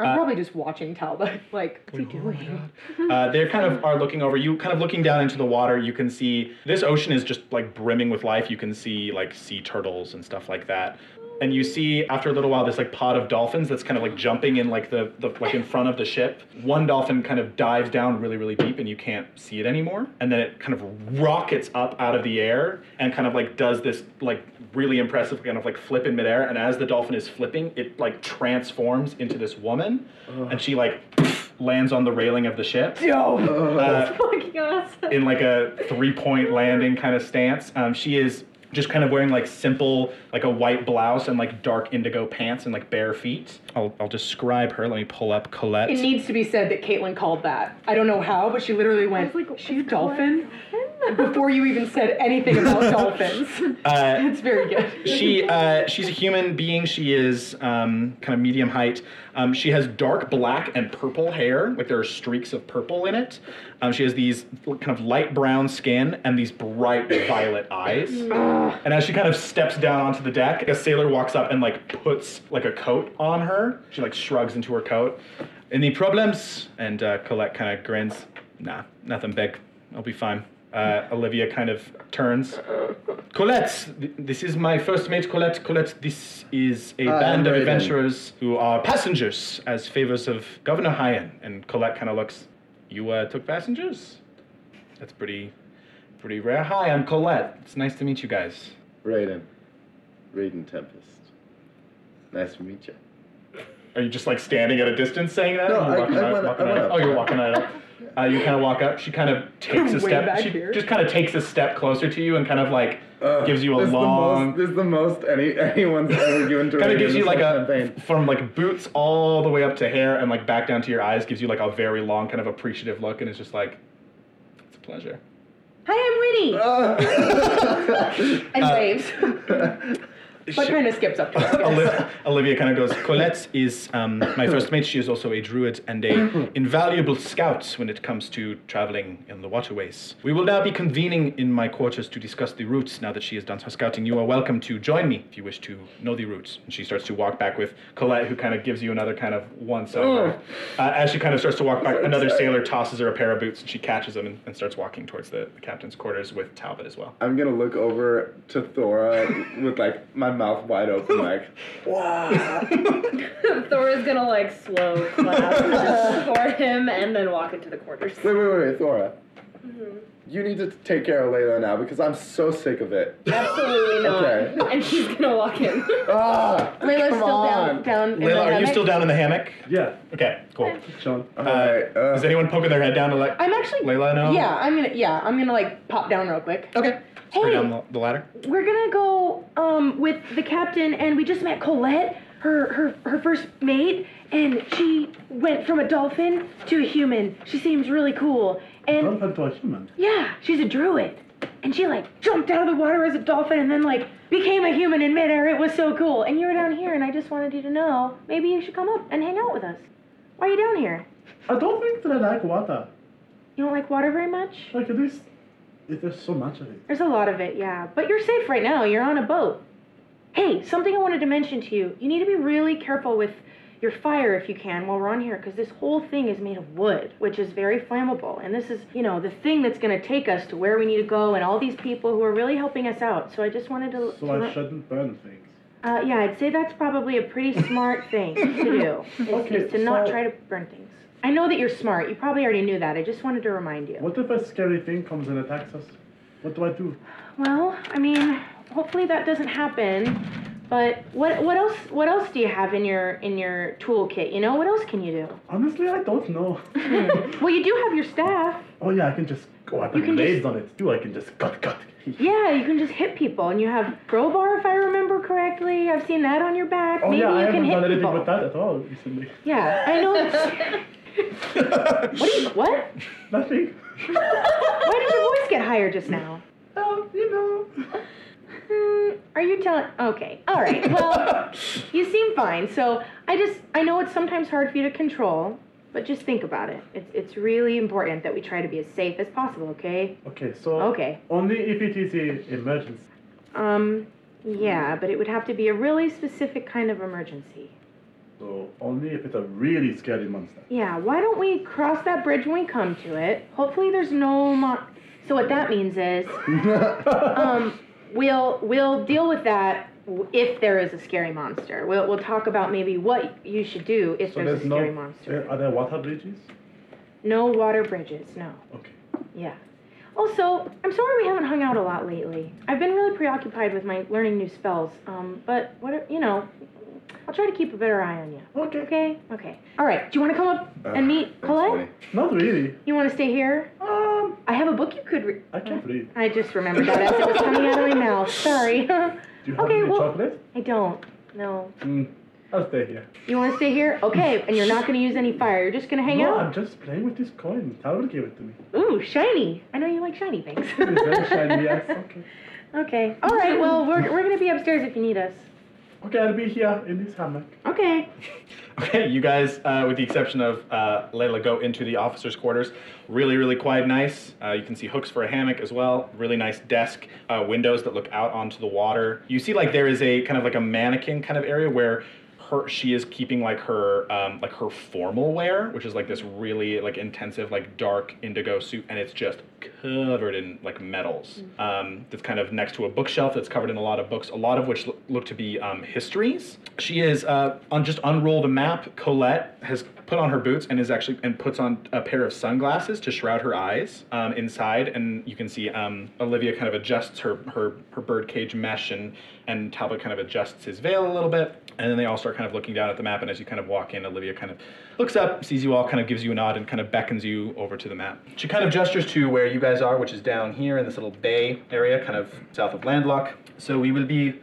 Speaker 10: I'm
Speaker 8: Uh,
Speaker 10: probably just watching Talbot. Like, what's he doing?
Speaker 8: Uh, they kind of are looking over you, kind of looking down into the water. You can see this ocean is just like brimming with life. You can see like sea turtles and stuff like that. And you see after a little while this like pod of dolphins that's kind of like jumping in like the, the like in front of the ship. One dolphin kind of dives down really really deep and you can't see it anymore. And then it kind of rockets up out of the air and kind of like does this like really impressive kind of like flip in midair. And as the dolphin is flipping, it like transforms into this woman, and she like lands on the railing of the ship uh,
Speaker 5: Fucking awesome.
Speaker 8: in like a three point landing kind of stance. Um, she is just kind of wearing like simple, like a white blouse and like dark indigo pants and like bare feet. I'll, I'll describe her. Let me pull up Colette.
Speaker 10: It needs to be said that Caitlin called that. I don't know how, but she literally went,
Speaker 5: was like,
Speaker 10: she a
Speaker 5: "Is Colette
Speaker 10: dolphin? Before you even said anything about dolphins.
Speaker 8: Uh,
Speaker 10: It's very good.
Speaker 8: she uh, she's a human being. She is um, kind of medium height. Um, she has dark black and purple hair, like there are streaks of purple in it. Um, she has these kind of light brown skin and these bright violet eyes. and as she kind of steps down onto the deck, a sailor walks up and like puts like a coat on her. She like shrugs into her coat. Any problems? And uh, Colette kind of grins. Nah, nothing big. I'll be fine. Uh, Olivia kind of turns. Colette, th- this is my first mate, Colette. Colette, this is a
Speaker 7: Hi,
Speaker 8: band of
Speaker 7: I'm Raiden.
Speaker 8: adventurers who are passengers as favors of Governor Hyan. And Colette kind of looks, You uh, took passengers? That's pretty, pretty rare. Hi, I'm Colette. It's nice to meet you guys.
Speaker 7: Raiden. Raiden Tempest. Nice to meet you.
Speaker 8: Are you just like standing at a distance saying that?
Speaker 7: No,
Speaker 8: Or you're
Speaker 7: I-
Speaker 8: walking
Speaker 7: I
Speaker 8: out-
Speaker 7: went-
Speaker 8: walking out-
Speaker 7: I went up.
Speaker 8: Oh, you're walking out. Uh, you kind of walk up. She kind of takes a
Speaker 10: Way
Speaker 8: step.
Speaker 10: back
Speaker 8: She
Speaker 10: here.
Speaker 8: just kind of takes a step closer to you and kind of like
Speaker 7: Uh,
Speaker 8: gives you a
Speaker 7: this is the
Speaker 8: long.
Speaker 7: most- This is the most any anyone's ever given to
Speaker 8: kind
Speaker 7: Raiden
Speaker 8: of gives
Speaker 7: in
Speaker 8: you
Speaker 7: this
Speaker 8: like
Speaker 7: whole
Speaker 8: a
Speaker 7: campaign.
Speaker 8: from like boots all the way up to hair and like back down to your eyes gives you like a very long kind of appreciative look and it's just like it's a pleasure
Speaker 10: Hi, I'm Winnie! And
Speaker 8: Uh,
Speaker 10: waves. but kind of skips up to her.
Speaker 8: Olivia, Olivia kind of goes Colette is um, my first mate she is also a druid and a invaluable scout when it comes to traveling in the waterways we will now be convening in my quarters to discuss the routes now that she has done her scouting you are welcome to join me if you wish to know the routes and she starts to walk back with Colette who kind of gives you another kind of once over
Speaker 10: Oh.
Speaker 8: uh, as she kind of starts to walk back another sailor tosses her a pair of boots and she catches them and, and starts walking towards the, the captain's quarters with Talbot as well
Speaker 7: I'm gonna look over to Thora with like my mouth wide open, like,
Speaker 4: Thor is gonna like slow clap for him and then walk into the quarters.
Speaker 7: wait, wait, wait, wait Thora.
Speaker 10: Mm-hmm.
Speaker 7: You need to take care of Layla now because I'm so sick of it.
Speaker 4: Absolutely not.
Speaker 7: Okay.
Speaker 4: And she's gonna walk in.
Speaker 7: Ah,
Speaker 10: Layla's
Speaker 7: come
Speaker 10: still
Speaker 7: on.
Speaker 10: down, down in the
Speaker 8: Layla, are you
Speaker 10: hammock.
Speaker 8: still down in the hammock?
Speaker 9: Yeah,
Speaker 8: Okay, cool.
Speaker 9: Sean.
Speaker 7: Alright, uh,
Speaker 8: is anyone poking their head down to like?
Speaker 10: I'm actually.
Speaker 8: Layla, no.
Speaker 10: Yeah, I'm gonna. Yeah, I'm gonna like pop down real quick.
Speaker 8: Okay. Straight down the, the ladder.
Speaker 10: We're gonna go um with the captain, and we just met Colette, her her her first mate, and she went from a dolphin to a human. She seems really cool, and
Speaker 9: Jump into a human.
Speaker 10: yeah, she's a druid. and she like jumped out of the water as a dolphin and then like became a human in midair. It was so cool. And you were down here, and I just wanted you to know maybe you should come up and hang out with us. Why are you down here?
Speaker 9: I don't think that I like water.
Speaker 10: You don't like water very much?
Speaker 9: Like at least if there's so much of it.
Speaker 10: There's a lot of it, yeah. But you're safe right now. You're on a boat. Hey, something I wanted to mention to you. You need to be really careful with your fire if you can while we're on here because this whole thing is made of wood, which is very flammable. And this is, you know, the thing that's going to take us to where we need to go and all these people who are really helping us out. So Oh, I just wanted to.
Speaker 9: So
Speaker 10: to
Speaker 9: I
Speaker 10: let-
Speaker 9: shouldn't burn things.
Speaker 10: uh, yeah, I'd say that's probably a pretty smart thing to do. Is, is
Speaker 9: Okay,
Speaker 10: to not
Speaker 9: so-
Speaker 10: try to burn things. I know that you're smart. You probably already knew that. I just wanted to remind you.
Speaker 9: What if a scary thing comes and attacks us? What do I do?
Speaker 10: Well, I mean, hopefully that doesn't happen. But what what else what else do you have in your in your toolkit? You know what else can you do?
Speaker 9: Honestly, I don't know. Hmm.
Speaker 10: Well, you do have your staff.
Speaker 9: oh yeah, I can just go up
Speaker 10: You
Speaker 9: and
Speaker 10: can
Speaker 9: blades
Speaker 10: just-
Speaker 9: on it too. I can just cut, Oh, cut.
Speaker 10: Yeah, you can just hit people, and you have crowbar if I remember correctly. I've seen that on your back.
Speaker 9: Oh
Speaker 10: Maybe
Speaker 9: yeah,
Speaker 10: you
Speaker 9: I
Speaker 10: can
Speaker 9: haven't
Speaker 10: hit
Speaker 9: done anything
Speaker 10: people.
Speaker 9: with that at all recently.
Speaker 10: Yeah, I know. what? Do you, what?
Speaker 9: Nothing.
Speaker 10: Why did your voice get higher just now?
Speaker 9: Oh, you know.
Speaker 10: Hmm, are you telling? Okay, all right. Well, you seem fine. So I just I know it's sometimes hard for you to control, but just think about it. It's it's really important that we try to be as safe as possible. Okay.
Speaker 9: Okay, so
Speaker 10: Okay.
Speaker 9: only if it is a emergency.
Speaker 10: Um. Yeah, but it would have to be a really specific kind of emergency.
Speaker 9: So only if it's a really scary monster.
Speaker 10: Yeah, why don't we cross that bridge when we come to it? Hopefully there's no mo- So what that means is um we'll we'll deal with that w- if there is a scary monster. We'll we'll talk about maybe what you should do if
Speaker 9: so
Speaker 10: there's,
Speaker 9: there's
Speaker 10: a scary
Speaker 9: no.
Speaker 10: monster.
Speaker 9: Are there water bridges?
Speaker 10: No water bridges, no.
Speaker 9: Okay.
Speaker 10: Yeah. Also, I'm sorry we haven't hung out a lot lately. I've been really preoccupied with my learning new spells. Um, but what you know, I'll try to keep a better eye on you.
Speaker 9: Okay.
Speaker 10: Okay. Okay. All right. Do you want to come up
Speaker 7: uh,
Speaker 10: and meet Colette?
Speaker 9: Not really.
Speaker 10: You want to stay here?
Speaker 9: Um,
Speaker 10: I have a book you could read.
Speaker 9: I can't breathe.
Speaker 10: I just remembered that as it was coming out of my mouth. Sorry. I
Speaker 9: Do you have
Speaker 10: Okay,
Speaker 9: any
Speaker 10: well-
Speaker 9: chocolate?
Speaker 10: don't. No.
Speaker 9: Mm, I'll stay here.
Speaker 10: You want to stay here? Okay. And you're not going to use any fire. You're just going to hang
Speaker 9: no,
Speaker 10: out?
Speaker 9: I'm just playing with this coin. Talbot gave it to me.
Speaker 10: Ooh, shiny. I know you like shiny things.
Speaker 9: It's very shiny. Yes. Okay.
Speaker 10: Okay. All right. Well, we're, we're going to be upstairs if you need us.
Speaker 9: Okay, I'll be here in this hammock.
Speaker 10: Okay.
Speaker 8: Okay, you guys, uh, with the exception of uh, Layla, go into the officers' quarters. Really, really quiet, nice. Uh, you can see hooks for a hammock as well. Really nice desk, uh, windows that look out onto the water. You see, like there is a kind of like a mannequin kind of area where her she is keeping like her um, like her formal wear, which is like this really like intensive like dark indigo suit, and it's just covered in like metals. Um, that's kind of next to a bookshelf that's covered in a lot of books, a lot of which lo- look to be um, histories. She is uh, on just unrolled a map. Colette has put on her boots and is actually and puts on a pair of sunglasses to shroud her eyes um, inside, and you can see um, Olivia kind of adjusts her her her birdcage mesh, and and Talbot kind of adjusts his veil a little bit, and then they all start kind of looking down at the map. And as you kind of walk in, Olivia kind of looks up, sees you all, kind of gives you a nod, and kind of beckons you over to the map. She kind of gestures to where you guys are, which is down here in this little bay area, kind of south of Landlock. So we will be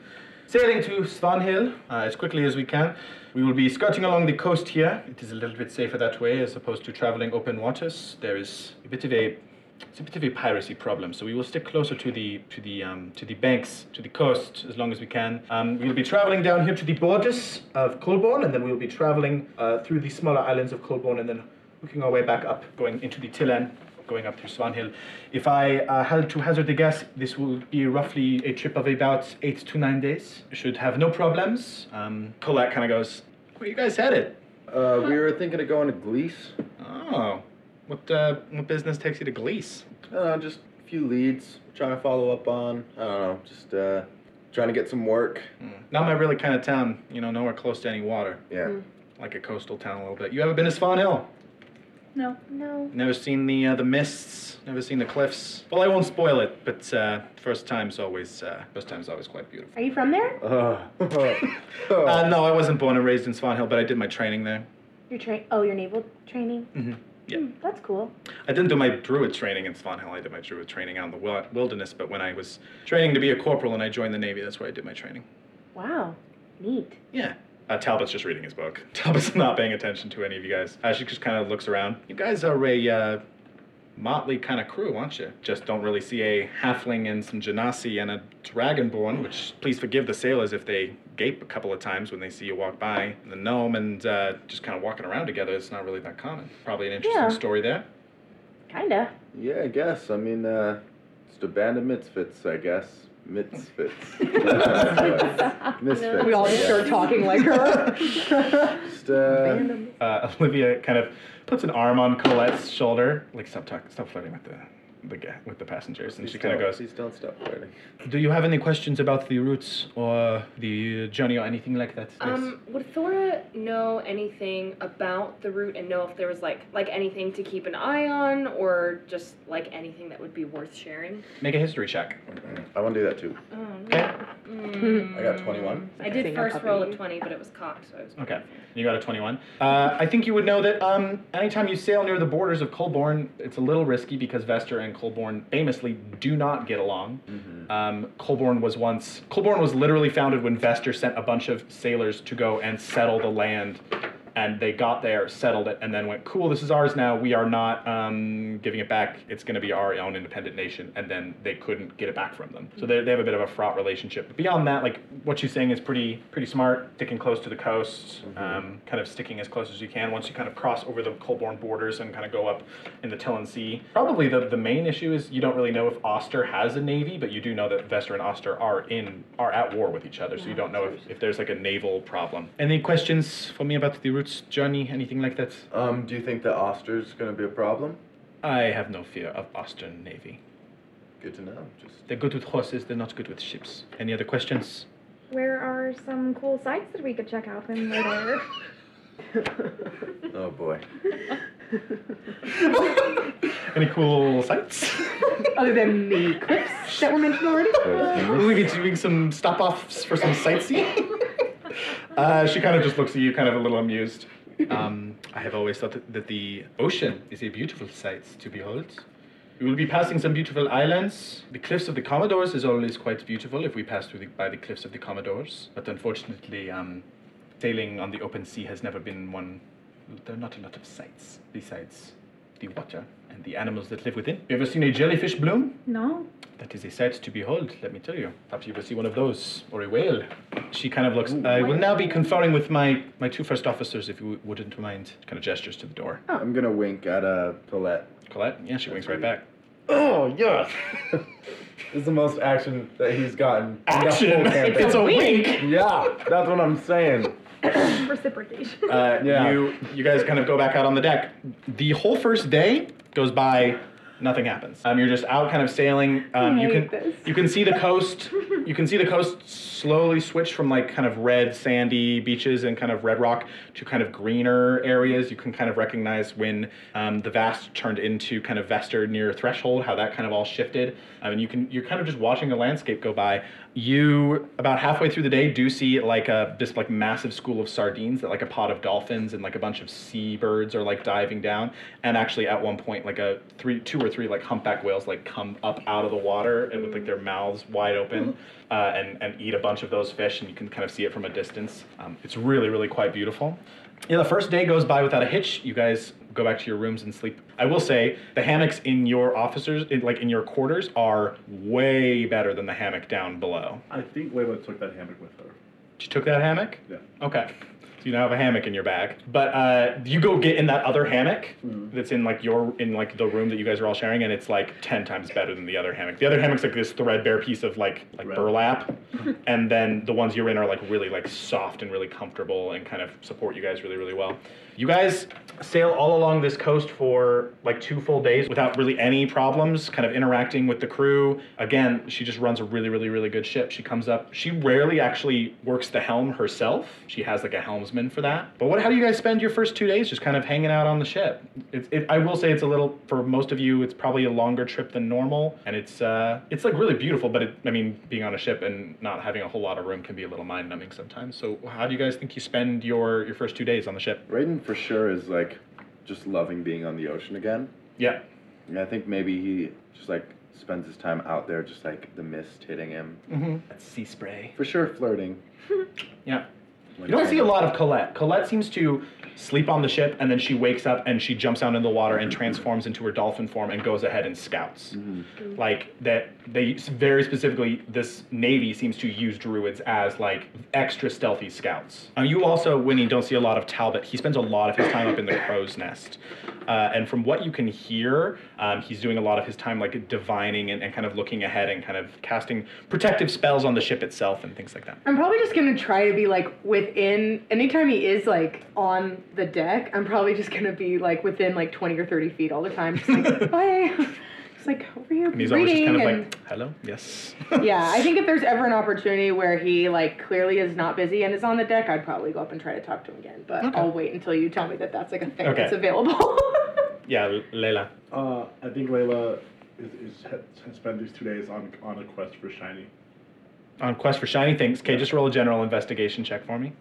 Speaker 8: sailing to Svanhild uh, as quickly as we can. We will be skirting along the coast here. It is a little bit safer that way as opposed to traveling open waters. There is a bit of a it's a bit of a piracy problem, so we will stick closer to the to the um, to the banks, to the coast, as long as we can. Um, we'll be traveling down here to the borders of Colborne, and then we'll be traveling uh, through the smaller islands of Colborne, and then working our way back up, going into the Tillen, going up through Swanhill. If I uh, had to hazard a guess, this will be roughly a trip of about eight to nine days. Should have no problems. Um, Colette kind of goes, "Where you guys headed?
Speaker 7: Uh, we were thinking of going to Gleese.
Speaker 8: Oh, what uh, what business takes you to Gleese?
Speaker 7: Uh, just a few leads, trying to follow up on. I don't know, just uh, trying to get some work.
Speaker 8: Not my really kind of town. You know, nowhere close to any water.
Speaker 7: Yeah.
Speaker 8: Like a coastal town a little bit. You ever been to Swan Hill?
Speaker 5: No.
Speaker 10: No.
Speaker 8: Never seen the uh, the mists. Never seen the cliffs. Well, I won't spoil it, but uh, first time's always uh, first time's always quite beautiful.
Speaker 10: Are you from there?
Speaker 7: Uh, Oh.
Speaker 8: Uh, no, I wasn't born and raised in Swan Hill, but I did my training there.
Speaker 10: Your train? Oh, your naval training.
Speaker 8: hmm Yeah.
Speaker 10: Hmm, that's cool.
Speaker 8: I didn't do my druid training in Swan Hill. I did my druid training out in the wil- wilderness. But when I was training to be a corporal and I joined the navy, that's where I did my training.
Speaker 10: Wow. Neat.
Speaker 8: Yeah. Uh, Talbot's just reading his book. Talbot's not paying attention to any of you guys. Uh, she just kind of looks around. You guys are a, uh, motley kind of crew, aren't you? Just don't really see a halfling and some genasi and a dragonborn, which please forgive the sailors if they gape a couple of times when they see you walk by. The gnome and uh, just kind of walking around together, it's not really that common. Probably an interesting
Speaker 10: Yeah.
Speaker 8: story there.
Speaker 10: Kinda.
Speaker 7: Yeah, I guess. I mean, uh, just a band of misfits, I guess. Misfits. misfits.
Speaker 10: we all
Speaker 7: I
Speaker 10: just
Speaker 7: guess.
Speaker 10: start talking like her.
Speaker 7: Just, uh,
Speaker 8: Uh, Olivia kind of puts an arm on Colette's shoulder, like stop talking, stop flirting with the the ga- with the passengers, and she kind of goes,
Speaker 7: Please don't stop flirting.
Speaker 8: "Do you have any questions about the routes or the journey or anything like that?"
Speaker 4: Um, would Thora know anything about the route and know if there was like like anything to keep an eye on or just like anything that would be worth sharing?
Speaker 8: Make a history check.
Speaker 7: I want to do that too.
Speaker 4: Oh,
Speaker 8: Okay.
Speaker 4: Mm.
Speaker 7: I got 21.
Speaker 4: I did
Speaker 10: Think I'm
Speaker 4: first roll a
Speaker 10: upping.
Speaker 4: twenty, but it was cocked, so I was.
Speaker 8: Okay, you got a 21. Uh, I think you would know that um, anytime you sail near the borders of Colborne, it's a little risky because Vester and Colborne famously do not get along. Um, Colborne was once, Colborne was literally founded when Vester sent a bunch of sailors to go and settle the land. And they got there, settled it, and then went, cool, this is ours now. We are not um, giving it back. It's going to be our own independent nation. And then they couldn't get it back from them. So they, they have a bit of a fraught relationship. But beyond that, like what she's saying is pretty pretty smart, sticking close to the coast, um, kind of sticking as close as you can once you kind of cross over the Colborne borders and kind of go up in the Tillen Sea. Probably the, the main issue is you don't really know if Oster has a navy, but you do know that Vester and Oster are in are at war with each other, so you don't know if, if there's like a naval problem. Any questions for me about the routes journey, anything like that?
Speaker 7: Um, do you think that Oster's gonna be a problem?
Speaker 8: I have no fear of Oster navy.
Speaker 7: Good to know. Just
Speaker 8: They're good with horses, they're not good with ships. Any other questions?
Speaker 6: Where are some cool sites that we could check out in later?
Speaker 7: oh boy.
Speaker 8: Any cool little sites?
Speaker 10: Other than the clips that were mentioned already.
Speaker 8: we be doing some stop offs for some sightseeing. uh, she kind of just looks at you, kind of a little amused. Um, I have always thought that, that the ocean is a beautiful sight to behold. We will be passing some beautiful islands. The cliffs of the Commodores is always quite beautiful if we pass through the, by the cliffs of the Commodores. But unfortunately, um, sailing on the open sea has never been one. There are not a lot of sights besides the water and the animals that live within. You ever seen a jellyfish bloom?
Speaker 6: no.
Speaker 8: That is a sight to behold, let me tell you. Perhaps you will see one of those, or a whale. She kind of looks. I will now be conferring with my, my two first officers, if you wouldn't mind. Kind of gestures to the door.
Speaker 7: I'm gonna wink at uh, Colette.
Speaker 8: Colette? Yeah, she winks right back.
Speaker 7: Oh yeah. this is the most action that he's gotten. in the
Speaker 8: Action!
Speaker 7: whole campaign.
Speaker 8: it's a wink!
Speaker 7: yeah, that's what I'm saying.
Speaker 6: Reciprocation.
Speaker 8: Uh,
Speaker 7: Yeah.
Speaker 8: you, you guys kind of go back out on the deck. The whole first day goes by, nothing happens. Um, you're just out kind of sailing. Um, you can
Speaker 5: hate this.
Speaker 8: you can see the coast. You can see the coast slowly switch from like kind of red sandy beaches and kind of red rock to kind of greener areas. You can kind of recognize when um, the vast turned into kind of Vester near Threshold, how that kind of all shifted. I mean, you can you're kind of just watching the landscape go by. You about halfway through the day do see like a this like massive school of sardines that like a pod of dolphins and like a bunch of seabirds are like diving down. And actually, at one point, like a three, two or three like humpback whales like come up out of the water and with like their mouths wide open uh, and and eat a bunch of those fish. And you can kind of see it from a distance. Um, it's really really quite beautiful. Yeah, the first day goes by without a hitch. You guys go back to your rooms and sleep. I will say the hammocks in your officers, in, like in your quarters, are way better than the hammock down below.
Speaker 9: I think Layla took that hammock with her.
Speaker 8: She took that hammock.
Speaker 9: Yeah.
Speaker 8: Okay. So you now have a hammock in your bag, but uh, you go get in that other hammock that's in like your in like the room that you guys are all sharing, and it's like ten times better than the other hammock. The other hammock's like this threadbare piece of like like
Speaker 9: Right.
Speaker 8: burlap, and then the ones you're in are like really like soft and really comfortable and kind of support you guys really really well. You guys sail all along this coast for like two full days without really any problems, kind of interacting with the crew. Again, she just runs a really, really, really good ship. She comes up, she rarely actually works the helm herself. She has like a helmsman for that. But what, how do you guys spend your first two days just kind of hanging out on the ship? It's, it, I will say it's a little, for most of you, it's probably a longer trip than normal. And it's, uh, it's like really beautiful, but it, I mean, being on a ship and not having a whole lot of room can be a little mind numbing sometimes. So how do you guys think you spend your, your first two days on the ship?
Speaker 7: Raiden for sure is like just loving being on the ocean again.
Speaker 8: Yeah.
Speaker 7: And I think maybe he just like spends his time out there, just like the mist hitting him.
Speaker 8: That's sea spray.
Speaker 7: For sure, flirting.
Speaker 8: Yeah. You don't see a lot of Colette. Colette seems to sleep on the ship, and then she wakes up and she jumps out in the water and transforms into her dolphin form and goes ahead and scouts. Like that, they very specifically this navy seems to use druids as like extra stealthy scouts. Uh, you also, Winnie, don't see a lot of Talbot. He spends a lot of his time up in the crow's nest, uh, and from what you can hear, um, he's doing a lot of his time like divining and, and kind of looking ahead and kind of casting protective spells on the ship itself and things like that.
Speaker 10: I'm probably just gonna try to be like within. Anytime he is like on the deck, I'm probably just gonna be like within like 20 or 30 feet all the time. Just like, bye. Just like over here
Speaker 8: And he's always just
Speaker 10: reading.
Speaker 8: kind of
Speaker 10: and
Speaker 8: like, hello, yes.
Speaker 10: yeah, I think if there's ever an opportunity where he like clearly is not busy and is on the deck, I'd probably go up and try to talk to him again. But I'll wait until you tell me that that's like a thing
Speaker 8: Okay.
Speaker 10: that's available.
Speaker 8: Yeah, L- Leila.
Speaker 9: Uh, I think Layla is, is, has spent these two days on on a quest for shiny.
Speaker 8: On quest for shiny things. Okay, just roll a general investigation check for me.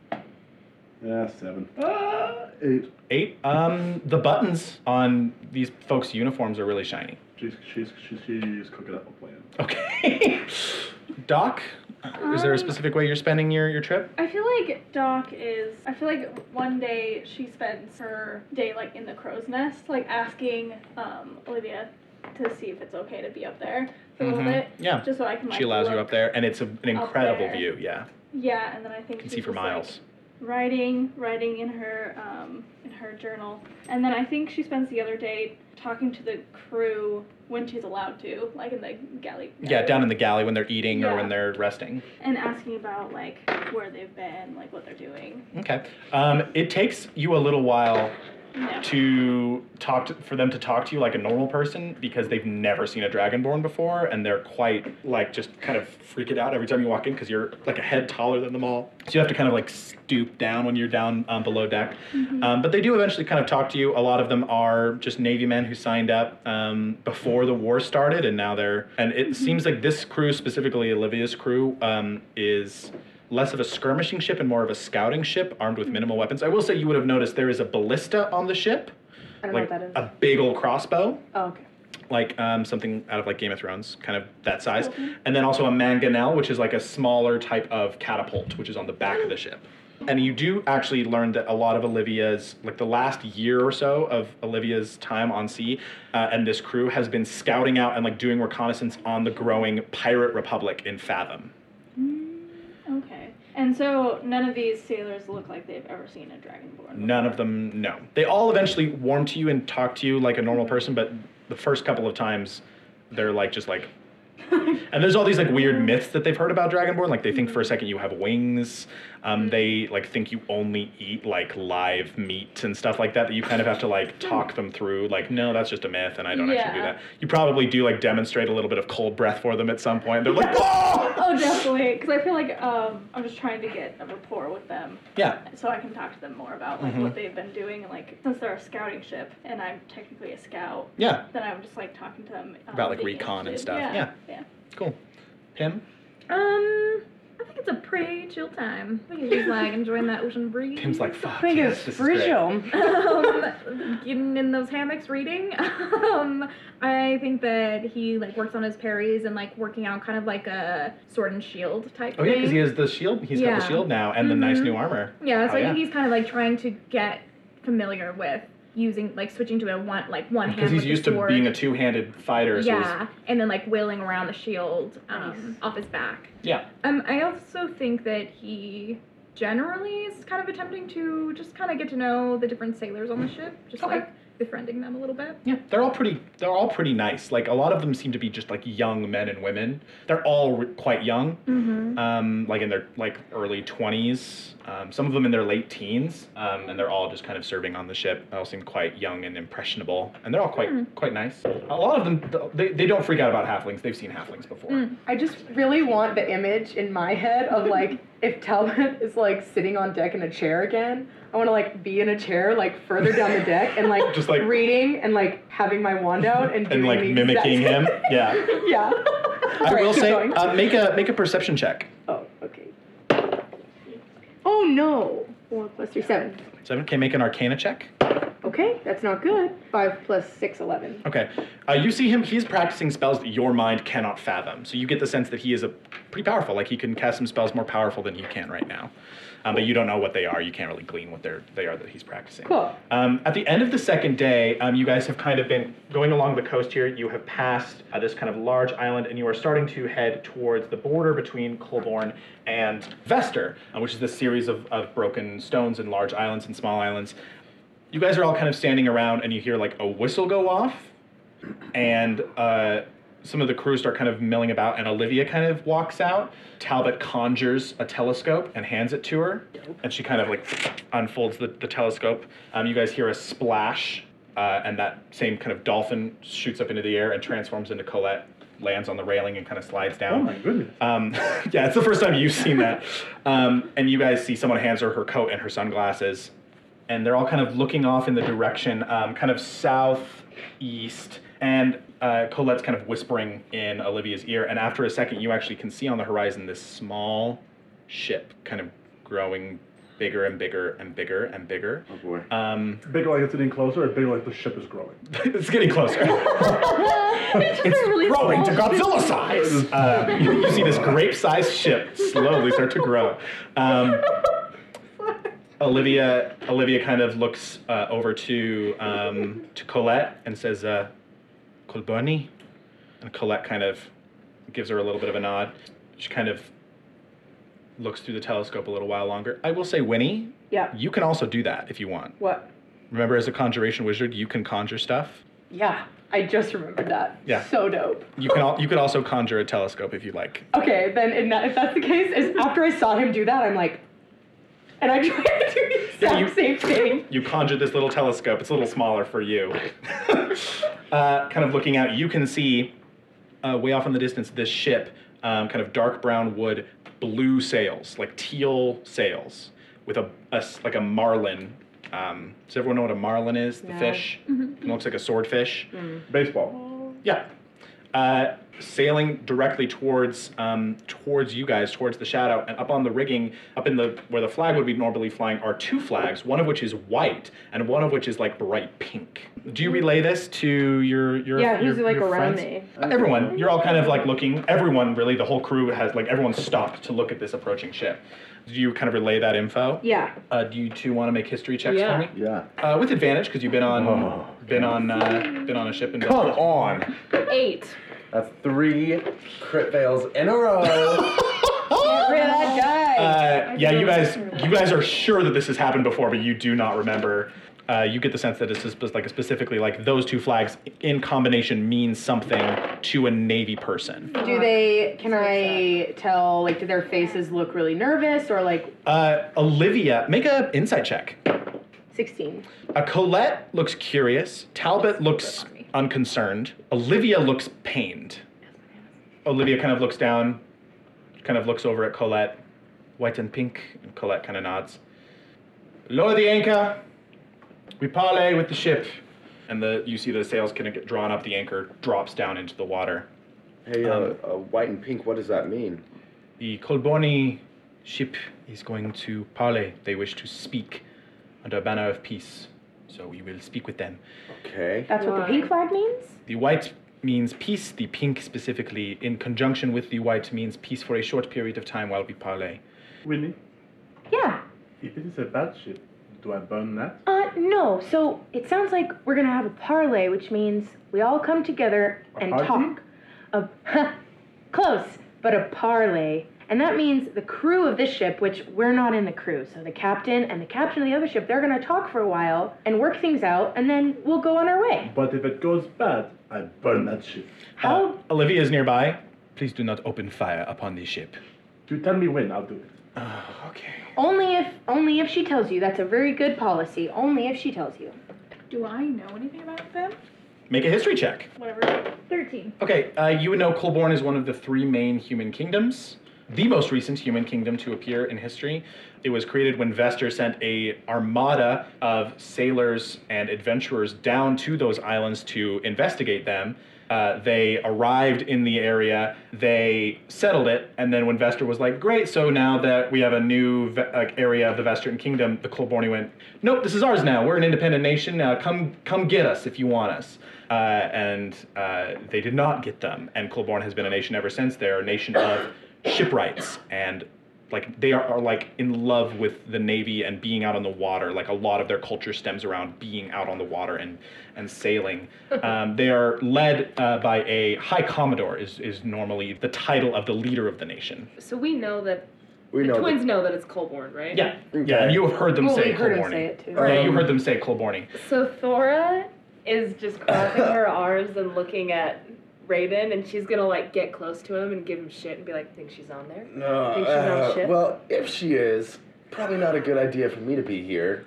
Speaker 9: Yeah, seven. Ah, eight.
Speaker 8: Eight. Um, the buttons on these folks' uniforms are really shiny.
Speaker 9: She's she's she's she's cooking up a plan.
Speaker 8: Okay. Doc, is there a
Speaker 5: Um,
Speaker 8: specific way you're spending your, your trip?
Speaker 5: I feel like Doc is. I feel like one day she spends her day like in the crow's nest, like asking um, Olivia to see if it's okay to be up there for a
Speaker 8: Mhm.
Speaker 5: little bit.
Speaker 8: Yeah.
Speaker 5: Just so I can like.
Speaker 8: She allows you
Speaker 5: look.
Speaker 8: up there, and it's a, an
Speaker 5: up
Speaker 8: incredible
Speaker 5: there.
Speaker 8: view. Yeah,
Speaker 5: Yeah, and then I
Speaker 8: you
Speaker 5: think
Speaker 8: can
Speaker 5: she's
Speaker 8: see for
Speaker 5: just, like,
Speaker 8: miles.
Speaker 5: writing, writing in her um, in her journal, and then I think she spends the other day talking to the crew when she's allowed to, like in the galley.
Speaker 8: yeah, down in the galley when they're eating or when
Speaker 5: Yeah.
Speaker 8: they're resting.
Speaker 5: And asking about like where they've been, like what they're doing.
Speaker 8: Okay. Um, it takes you a little while
Speaker 5: No.
Speaker 8: to talk to, for them to talk to you like a normal person because they've never seen a dragonborn before and they're quite like just kind of freak it out every time you walk in because you're like a head taller than them all so you have to kind of like stoop down when you're down um, below deck um, but they do eventually kind of talk to you a lot of them are just navy men who signed up um, before the war started and now they're and it seems like this crew specifically olivia's crew um, is less of a skirmishing ship and more of a scouting ship armed with minimal weapons i will say you would have noticed there is a ballista on the ship
Speaker 10: I don't
Speaker 8: like
Speaker 10: know what that is.
Speaker 8: a big old crossbow,
Speaker 10: Oh, okay.
Speaker 8: like um, something out of like Game of Thrones, kind of that size, and then also a mangonel, which is like a smaller type of catapult, which is on the back of the ship. And you do actually learn that a lot of Olivia's, like the last year or so of Olivia's time on sea, uh, and this crew has been scouting out and like doing reconnaissance on the growing pirate republic in Fathom.
Speaker 5: Mm, Okay. And so none of these sailors look like they've ever seen a dragonborn.
Speaker 8: None of them, no. They all eventually warm to you and talk to you like a normal person, but the first couple of times, they're like just like. and there's all these like weird myths that they've heard about Dragonborn. Like they think for a second you have wings.
Speaker 5: Mm-hmm.
Speaker 8: Um, they like think you only eat like live meat and stuff like that. That you kind of have to like talk them through. Like no, that's just a myth, and I don't actually do
Speaker 5: Yeah.
Speaker 8: that. You probably do like demonstrate a little bit of cold breath for them at some point. They're like, "Whoa!"
Speaker 5: Oh, definitely. Because I feel like um, I'm just trying to get a rapport with them,
Speaker 8: yeah.
Speaker 5: so I can talk to them more about like
Speaker 8: Mhm.
Speaker 5: what they've been doing. And like since they're a scouting ship, and I'm technically a scout,
Speaker 8: Yeah.
Speaker 5: then I'm just like talking to them um,
Speaker 8: About, like,
Speaker 5: being
Speaker 8: recon and
Speaker 5: interested.
Speaker 8: stuff.
Speaker 5: Yeah. yeah.
Speaker 8: Cool. Pim.
Speaker 6: Um, I think it's a pretty chill time. I think it's just like enjoying that ocean breeze.
Speaker 8: Pim's like, fuck.
Speaker 10: I think
Speaker 8: yes,
Speaker 10: it's
Speaker 8: this is great."
Speaker 10: Virgil.
Speaker 6: um, getting in those hammocks reading. Um, I think that he like works on his parries and like working out kind of like a sword and shield type.
Speaker 8: Oh yeah, because he
Speaker 6: thing.
Speaker 8: has the shield. He's got the
Speaker 6: Yeah.
Speaker 8: shield now and the nice
Speaker 6: Mhm.
Speaker 8: new armor.
Speaker 6: Yeah, so
Speaker 8: Oh,
Speaker 6: I
Speaker 8: yeah.
Speaker 6: think he's kind of like trying to get familiar with using like switching to a one like one hand.
Speaker 8: Because he's
Speaker 6: with
Speaker 8: used
Speaker 6: the
Speaker 8: to
Speaker 6: sword.
Speaker 8: being a two-handed fighter. So he's-
Speaker 6: Yeah, and then like wheeling around the shield um, off his back.
Speaker 8: yeah.
Speaker 6: Um, I also think that he generally is kind of attempting to just kind of get to know the different sailors on the ship, just
Speaker 8: Hmm. Okay.
Speaker 6: like befriending them a little bit.
Speaker 8: Yeah. They're all pretty. They're all pretty nice. Like a lot of them seem to be just like young men and women. They're all re- quite young.
Speaker 6: Mm-hmm.
Speaker 8: Um, like in their like early 20s, um, some of them in their late teens, um, and they're all just kind of serving on the ship. They all seem quite young and impressionable, and they're all quite
Speaker 6: Hmm.
Speaker 8: quite nice. A lot of them, they, they don't freak out about halflings. They've seen halflings before.
Speaker 6: Mm.
Speaker 10: I just really want the image in my head of like if Talbot is like sitting on deck in a chair again. I want to like be in a chair like further down the deck and like
Speaker 8: Just, like-
Speaker 10: reading and like having my wand out and doing
Speaker 8: And like
Speaker 10: the
Speaker 8: mimicking
Speaker 10: exact-
Speaker 8: him. Yeah.
Speaker 10: yeah.
Speaker 8: I
Speaker 10: Right,
Speaker 8: will
Speaker 10: keep
Speaker 8: say,
Speaker 10: going.
Speaker 8: uh, make a make a perception check.
Speaker 10: oh okay. Oh no. Four plus three seven.
Speaker 8: Seven. Okay, make an Arcana check.
Speaker 10: Okay. Okay, that's not good. 5 plus 6, 11.
Speaker 8: Okay. Uh, you see him, he's practicing spells that your mind cannot fathom. So you get the sense that he is a pretty powerful. Like he can cast some spells more powerful than you can right now. Um, but you don't know what they are. You can't really glean what they're, they are that he's practicing.
Speaker 10: Cool.
Speaker 8: Um, at the end of the second day, um, you guys have kind of been going along the coast here. You have passed uh, this kind of large island, and you are starting to head towards the border between Colborne and Vester, uh, which is this series of, of broken stones and large islands and small islands. You guys are all kind of standing around, and you hear like a whistle go off, and uh, some of the crew start kind of milling about, and Olivia kind of walks out. Talbot conjures a telescope and hands it to her, and she kind of like unfolds the, the telescope. Um, you guys hear a splash, uh, and that same kind of dolphin shoots up into the air and transforms into Colette, lands on the railing, and kind of slides down.
Speaker 9: Oh my goodness.
Speaker 8: Um, yeah, it's the first time you've seen that. Um, and you guys see someone hands her her coat and her sunglasses, and they're all kind of looking off in the direction, um, kind of southeast. And uh, Colette's kind of whispering in Olivia's ear. And after a second, you actually can see on the horizon this small ship kind of growing bigger and bigger and bigger and bigger.
Speaker 7: Oh boy.
Speaker 8: Um,
Speaker 9: Bigger like it's getting closer, or bigger like the ship is growing.
Speaker 8: it's getting closer.
Speaker 10: it's really
Speaker 8: growing to
Speaker 10: small.
Speaker 8: Godzilla size. Um, you, you see this grape-sized ship slowly start to grow. Um, Olivia, Olivia kind of looks uh, over to um, to Colette and says, uh, "Colboni," and Colette kind of gives her a little bit of a nod. She kind of looks through the telescope a little while longer. I will say, Winnie,
Speaker 10: Yeah.
Speaker 8: you can also do that if you want.
Speaker 10: What?
Speaker 8: Remember, as a conjuration wizard, you can conjure stuff.
Speaker 10: Yeah, I just remembered that.
Speaker 8: Yeah.
Speaker 10: So dope.
Speaker 8: You can al- you could also conjure a telescope if you like.
Speaker 10: Okay, then in that, if that's the case, is after I saw him do that, I'm like, and I tried to do the exact
Speaker 8: Yeah, you-
Speaker 10: same thing.
Speaker 8: You conjure this little telescope. It's a little smaller for you. uh, kind of looking out, you can see uh, way off in the distance this ship, um, kind of dark brown wood, blue sails, like teal sails, with a, a s- like a marlin. Um, does everyone know what a marlin is? The
Speaker 10: No.
Speaker 8: fish. It looks like a swordfish.
Speaker 9: Baseball.
Speaker 8: Yeah. Uh, sailing directly towards um, towards you guys, towards the shadow, and up on the rigging, up in the where the flag would be normally flying, are two flags. One of which is white, and one of which is like bright pink. Do you relay this to your your
Speaker 10: Yeah,
Speaker 8: your,
Speaker 10: who's like
Speaker 8: your
Speaker 10: around
Speaker 8: friends?
Speaker 10: me?
Speaker 8: Uh, Everyone, you're all kind of like looking. Everyone, really, the whole crew has like everyone stopped to look at this approaching ship. Do you kind of relay that info?
Speaker 10: Yeah.
Speaker 8: Uh, do you two want to make history checks
Speaker 4: Yeah.
Speaker 8: for me?
Speaker 9: Yeah.
Speaker 8: Uh, with advantage, because you've been on
Speaker 7: Oh,
Speaker 8: been on uh, been on a ship and been-
Speaker 7: Come on.
Speaker 4: Eight.
Speaker 7: That's three crit fails in a row.
Speaker 10: Get rid of that guy.
Speaker 8: Uh, yeah, you guys, you guys are sure that this has happened before, but you do not remember. Uh, you get the sense that it's just spe- like specifically like those two flags in combination mean something to a navy person.
Speaker 10: do they? Can I tell? Like, do their faces look really nervous or like
Speaker 8: Uh, Olivia, make a insight check.
Speaker 10: 16?
Speaker 8: Uh, Colette looks curious. Talbot looks unconcerned. Olivia looks pained. Olivia kind of looks down, kind of looks over at Colette, white and pink, and Colette kind of nods. Lower the anchor. We parley with the ship. And the you see the sails kind of get drawn up. The anchor drops down into the water.
Speaker 7: hey, uh, uh, white and pink. What does that mean?
Speaker 8: The Colborni ship is going to parley. They wish to speak under a banner of peace. So we will speak with them.
Speaker 7: Okay.
Speaker 10: That's what the
Speaker 4: Why?
Speaker 10: pink flag means.
Speaker 8: The white means peace, the pink specifically, in conjunction with the white, means peace for a short period of time while we parley.
Speaker 9: Whitney,
Speaker 10: Yeah.
Speaker 9: if it is a bad ship, do I burn that?
Speaker 10: Uh, no. So it sounds like we're gonna have a parlay, which means we all come together
Speaker 9: A
Speaker 10: and
Speaker 9: party?
Speaker 10: talk. A close, but a parlay, and that means the crew of this ship, which we're not in the crew. So the captain and the captain of the other ship, they're gonna talk for a while and work things out, and then we'll go on our way.
Speaker 9: But if it goes bad, I burn that ship.
Speaker 10: How?
Speaker 8: Uh, Olivia is nearby. Please do not open fire upon the ship.
Speaker 9: You tell me when, I'll do it.
Speaker 8: okay.
Speaker 10: Only if, only if she tells you. That's a very good policy. Only if she tells you.
Speaker 5: Do I know anything about them?
Speaker 8: Make a history check.
Speaker 5: Whatever.
Speaker 6: 13.
Speaker 8: Okay, uh, you would know Colborne is one of the three main human kingdoms, the most recent human kingdom to appear in history. It was created when Vester sent a armada of sailors and adventurers down to those islands to investigate them. Uh, they arrived in the area, they settled it, and then when Vester was like, "Great, so now that we have a new ve- like area of the Vestern Kingdom," the Colborni went, "Nope, this is ours now. We're an independent nation. Now come, come get us if you want us." Uh, and uh, they did not get them, and Colborn has been a nation ever since. They're a nation of shipwrights and like they are, are like in love with the navy and being out on the water like a lot of their culture stems around being out on the water and and sailing um, they are led uh, by a high commodore is is normally the title of the leader of the nation
Speaker 4: So we know that
Speaker 7: We
Speaker 4: the
Speaker 7: know.
Speaker 4: twins know that it's Colborn, right?
Speaker 8: yeah
Speaker 7: Okay.
Speaker 8: yeah and you have heard them
Speaker 11: Well,
Speaker 8: say
Speaker 11: we heard him
Speaker 8: Colborne.
Speaker 11: say it too.
Speaker 8: yeah you
Speaker 7: Um,
Speaker 8: heard them say Colborne.
Speaker 4: So Thora is just crossing her arms and looking at Raven, and she's gonna like get close to him and give him shit and be like, "Think she's on there?"
Speaker 7: No.
Speaker 4: Think she's on
Speaker 7: uh,
Speaker 4: ship?
Speaker 7: well, if she is, probably not a good idea for me to be here.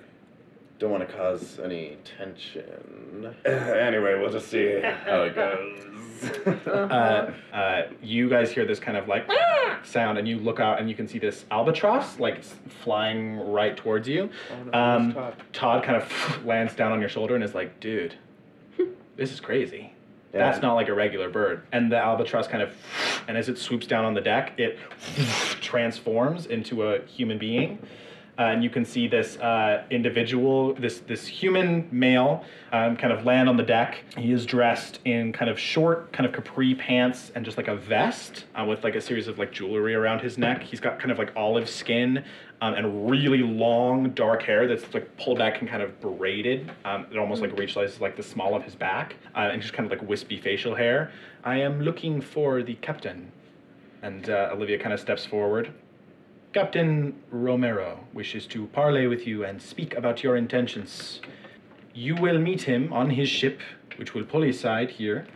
Speaker 7: Don't want to cause any tension. anyway, we'll just see how it goes.
Speaker 8: uh, uh, you guys hear this kind of like sound, and you look out and you can see this albatross like s- flying right towards you. Um, Todd. kind of lands down on your shoulder and is like, "Dude, this is crazy. That's not like a regular bird." And the albatross kind of, and as it swoops down on the deck, it transforms into a human being. Uh, and you can see this uh, individual, this this human male, um, kind of land on the deck. He is dressed in kind of short, kind of capri pants and just like a vest uh, with like a series of like jewelry around his neck. He's got kind of like olive skin um, and really long dark hair that's like pulled back and kind of braided. Um, it almost like reaches like the small of his back uh, and just kind of like wispy facial hair. I am looking for the captain. And uh, Olivia kind of steps forward. Captain Romero wishes to parley with you and speak about your intentions. You will meet him on his ship, which will pull aside here,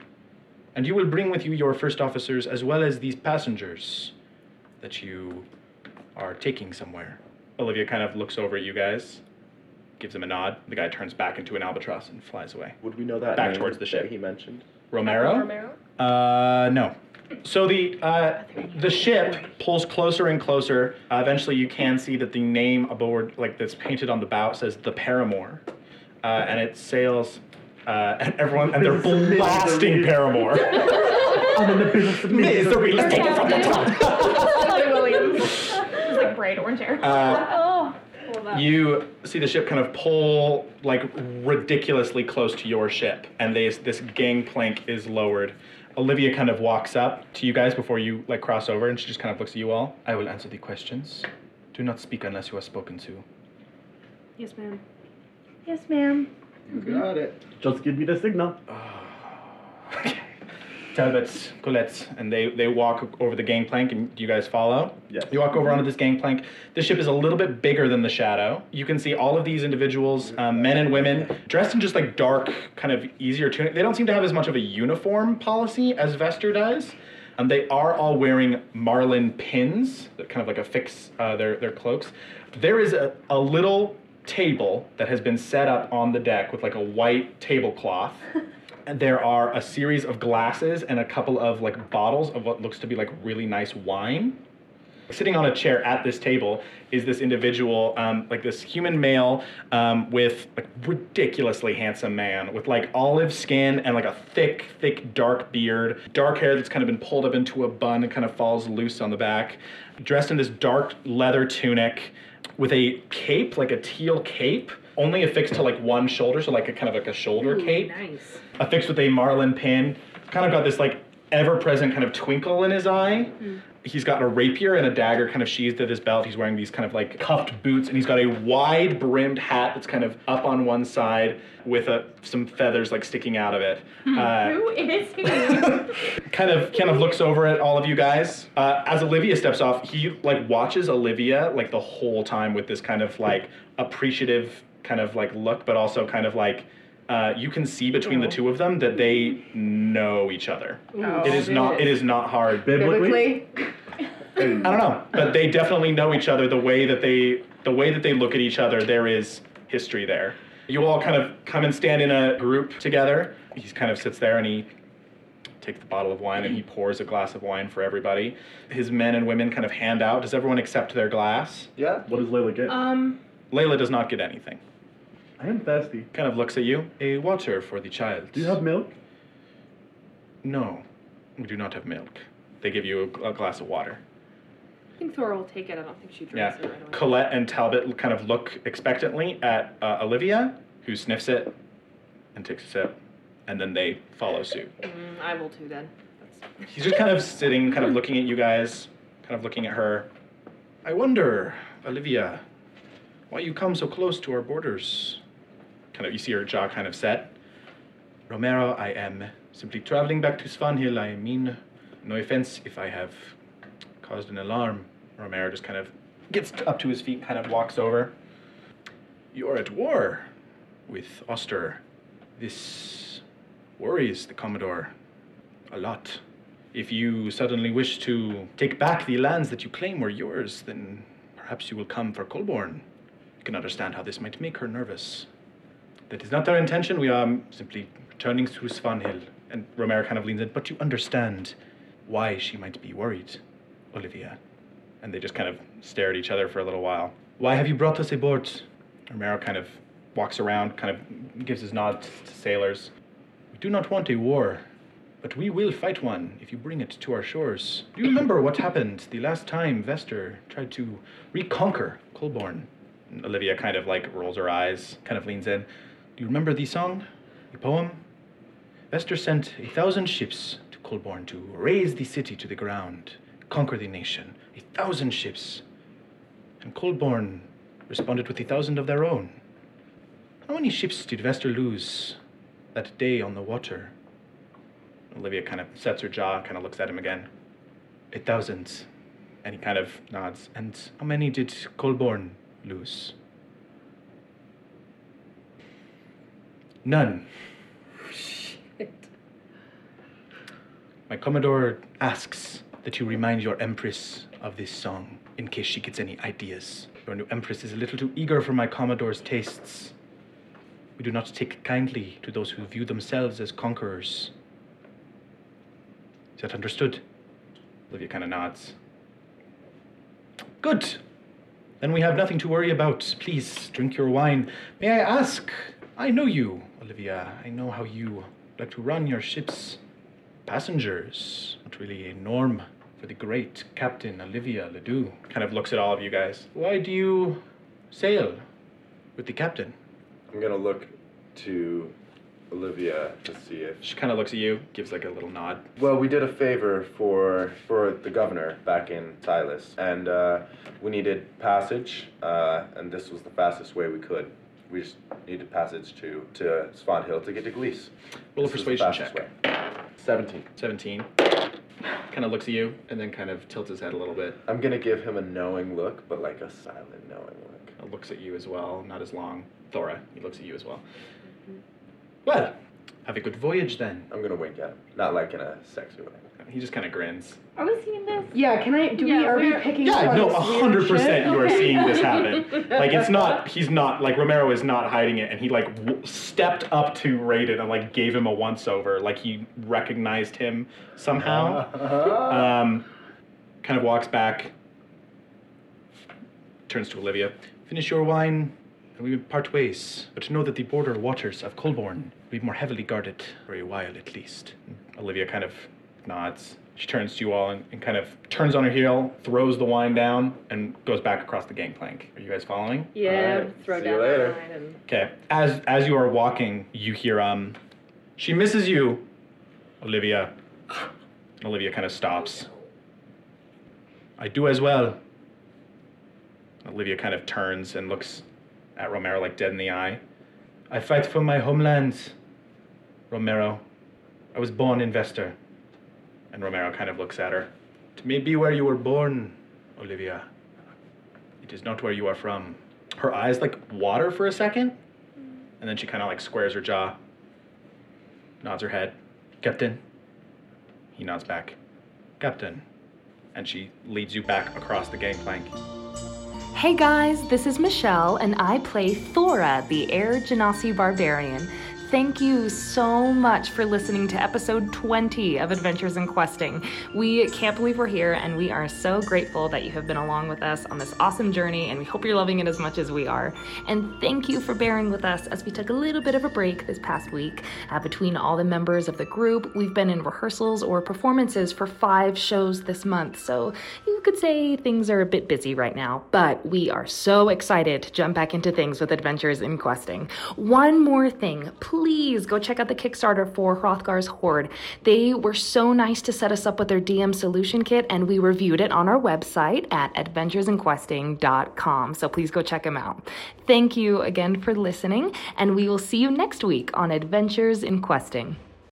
Speaker 8: and you will bring with you your first officers as well as these passengers that you are taking somewhere. Olivia kind of looks over at you guys, gives him a nod. The guy turns back into an albatross and flies away.
Speaker 7: Would we know that?
Speaker 8: Back
Speaker 7: name
Speaker 8: towards the ship.
Speaker 7: that he mentioned.
Speaker 8: Romero? Uh, no. So the uh, the ship pulls closer and closer. Uh, eventually, you can see that the name aboard, like that's painted on the bow, says the Paramore, uh, and it sails. Uh, and everyone and they're blasting Paramore.
Speaker 9: I'm in the business of
Speaker 8: Misery, let's take it from the top.
Speaker 6: It's like bright orange hair.
Speaker 8: Uh,
Speaker 5: Oh, well, that.
Speaker 8: you see the ship kind of pull like ridiculously close to your ship, and they, this gangplank is lowered. Olivia kind of walks up to you guys before you like cross over, and she just kind of looks at you all. I will answer the questions. Do not speak unless you are spoken to.
Speaker 11: Yes, ma'am.
Speaker 10: Yes, ma'am.
Speaker 7: You got it.
Speaker 9: Just give me the signal.
Speaker 8: Okay. Talbot, Colette, and they, they walk over the gangplank, and do you guys follow?
Speaker 9: Yes.
Speaker 8: You walk over onto this gangplank. This ship is a little bit bigger than the Shadow. You can see all of these individuals, um, men and women, dressed in just like dark, kind of easier tunic. They don't seem to have as much of a uniform policy as Vester does. Um, they are all wearing marlin pins that kind of like affix uh, their, their cloaks. There is a, a little table that has been set up on the deck with like a white tablecloth. And there are a series of glasses and a couple of like bottles of what looks to be like really nice wine. Sitting on a chair at this table is this individual, um, like this human male, um, with like ridiculously handsome man with like olive skin and like a thick, thick dark beard, dark hair that's kind of been pulled up into a bun and kind of falls loose on the back, dressed in this dark leather tunic with a cape, like a teal cape, only affixed to like one shoulder, so like a kind of like a shoulder cape
Speaker 4: Nice.
Speaker 8: affixed with a marlin pin. Kind of got this like ever-present kind of twinkle in his eye. He's got a rapier and a dagger kind of sheathed at his belt. He's wearing these kind of like cuffed boots, and he's got a wide-brimmed hat that's kind of up on one side with a, some feathers like sticking out of it. Uh,
Speaker 6: Who is he?
Speaker 8: kind of kind of looks over at all of you guys. Uh, as Olivia steps off, he like watches Olivia like the whole time with this kind of like appreciative kind of like look, but also kind of like uh, you can see between the two of them that they know each other. It is not it is not hard.
Speaker 9: Biblically.
Speaker 8: I don't know, but they definitely know each other. The way that they the way that they look at each other, there is history there. You all kind of come and stand in a group together. He kind of sits there and he takes the bottle of wine and he pours a glass of wine for everybody. His men and women kind of hand out. Does everyone accept their glass?
Speaker 7: Yeah.
Speaker 9: What does Layla get?
Speaker 4: Um,
Speaker 8: Layla does not get anything.
Speaker 9: I am thirsty.
Speaker 8: Kind of looks at you. A water for the child.
Speaker 9: Do you have milk?
Speaker 8: No, we do not have milk. They give you a, gl- a glass of water.
Speaker 11: I think Thor will take it. I don't think she drinks
Speaker 8: Yeah.
Speaker 11: it right away.
Speaker 8: Colette and Talbot kind of look expectantly at uh, Olivia, who sniffs it and takes a sip, and then they follow suit.
Speaker 11: Mm, I will too then. That's...
Speaker 8: He's just kind of sitting, kind of looking at you guys, kind of looking at her. I wonder, Olivia, why you come so close to our borders? Kind of, you see her jaw kind of set. Romero, I am simply traveling back to Svanhill. I mean, no offense if I have caused an alarm. Romero just kind of gets up to his feet, kind of walks over. You're at war with Oster. This worries the Commodore a lot. If you suddenly wish to take back the lands that you claim were yours, then perhaps you will come for Colborne. You can understand how this might make her nervous. That is not our intention. We are simply returning to Svanhill. And Romero kind of leans in, but you understand why she might be worried, Olivia. And they just kind of stare at each other for a little while. Why have you brought us aboard? Romero kind of walks around, kind of gives his nod to sailors. We do not want a war, but we will fight one if you bring it to our shores. Do you remember what happened the last time Vester tried to reconquer Colborne? And Olivia kind of like rolls her eyes, kind of leans in. Do you remember the song? The poem? Vester sent a thousand ships to Colborne to raise the city to the ground, conquer the nation. A thousand ships. And Colborne responded with a thousand of their own. How many ships did Vester lose that day on the water? Olivia kind of sets her jaw, kind of looks at him again. A thousand. And he kind of nods. And how many did Colborne lose? None. My Commodore asks that you remind your Empress of this song in case she gets any ideas. Your new Empress is a little too eager for my Commodore's tastes. We do not take kindly to those who view themselves as conquerors. Is that understood? Olivia kind of nods. Good. Then we have nothing to worry about. Please drink your wine. May I ask? I know you, Olivia. I know how you like to run your ships. Passengers. Not really a norm for the great Captain Olivia Ledoux. Kind of looks at all of you guys. Why do you sail with the captain?
Speaker 7: I'm gonna look to Olivia to see if
Speaker 8: She kind of looks at you, gives like a little nod.
Speaker 7: Well, we did a favor for for the governor back in Silas, and uh, we needed passage, uh, and this was the fastest way we could. We just needed passage to to Swan Hill to get to Gleese.
Speaker 8: Roll a
Speaker 7: This was the
Speaker 8: persuasion
Speaker 7: fastest
Speaker 8: check.
Speaker 7: way. Seventeen.
Speaker 8: 17. Kind of looks at you and then kind of tilts his head a little bit.
Speaker 7: I'm gonna give him a knowing look, but like a silent knowing look.
Speaker 8: Uh, Looks at you as well, not as long. Thora, he looks at you as well. Well, have a good voyage then.
Speaker 7: I'm gonna wink at him, not like in a sexy way.
Speaker 8: He just kind of grins.
Speaker 5: Are we seeing this?
Speaker 10: Yeah, can I? Do we?
Speaker 5: Yeah,
Speaker 10: Are we
Speaker 5: we're-
Speaker 10: picking? up
Speaker 8: Yeah,
Speaker 10: on
Speaker 8: no,
Speaker 10: this weird
Speaker 8: hundred percent.
Speaker 10: shit?
Speaker 8: You are
Speaker 10: Okay.
Speaker 8: seeing this happen. Like it's not. He's not. Like Romero is not hiding it, and he like w- stepped up to Raiden and like gave him a once over. Like he recognized him somehow. Um, kind of walks back, turns to Olivia. Finish your wine, and we part ways. But know that the border waters of Colborne will be more heavily guarded for a while at least. Olivia kind of nods. She turns to you all and, and kind of turns on her heel, throws the wine down, and goes back across the gangplank. Are you guys following?
Speaker 4: Yeah,
Speaker 7: Alright,
Speaker 4: throw
Speaker 7: see
Speaker 4: down
Speaker 7: you
Speaker 4: that
Speaker 7: later.
Speaker 4: line and
Speaker 8: Okay. As as you are walking, you hear um, she misses you, Olivia. Olivia kind of stops. I do as well. Olivia kind of turns and looks at Romero like dead in the eye. I fight for my homeland, Romero. I was born investor. And Romero kind of looks at her. It may be where you were born, Olivia. It is not where you are from. Her eyes like water for a second, and then she kind of like squares her jaw, nods her head. Captain. He nods back. Captain. And she leads you back across the gangplank.
Speaker 1: Hey guys, this is Michelle, and I play Thora, the Air Genasi Barbarian. Thank you so much for listening to episode 20 of Adventures in Questing. We can't believe we're here, and we are so grateful that you have been along with us on this awesome journey, and we hope you're loving it as much as we are. And thank you for bearing with us as we took a little bit of a break this past week. Uh, between all the members of the group, we've been in rehearsals or performances for five shows this month, so you could say things are a bit busy right now, but we are so excited to jump back into things with Adventures in Questing. One more thing, please go check out the Kickstarter for Hrothgar's Horde. They were so nice to set us up with their DM solution kit, and we reviewed it on our website at adventuresinquesting.com. So please go check them out. Thank you again for listening, and we will see you next week on Adventures in Questing.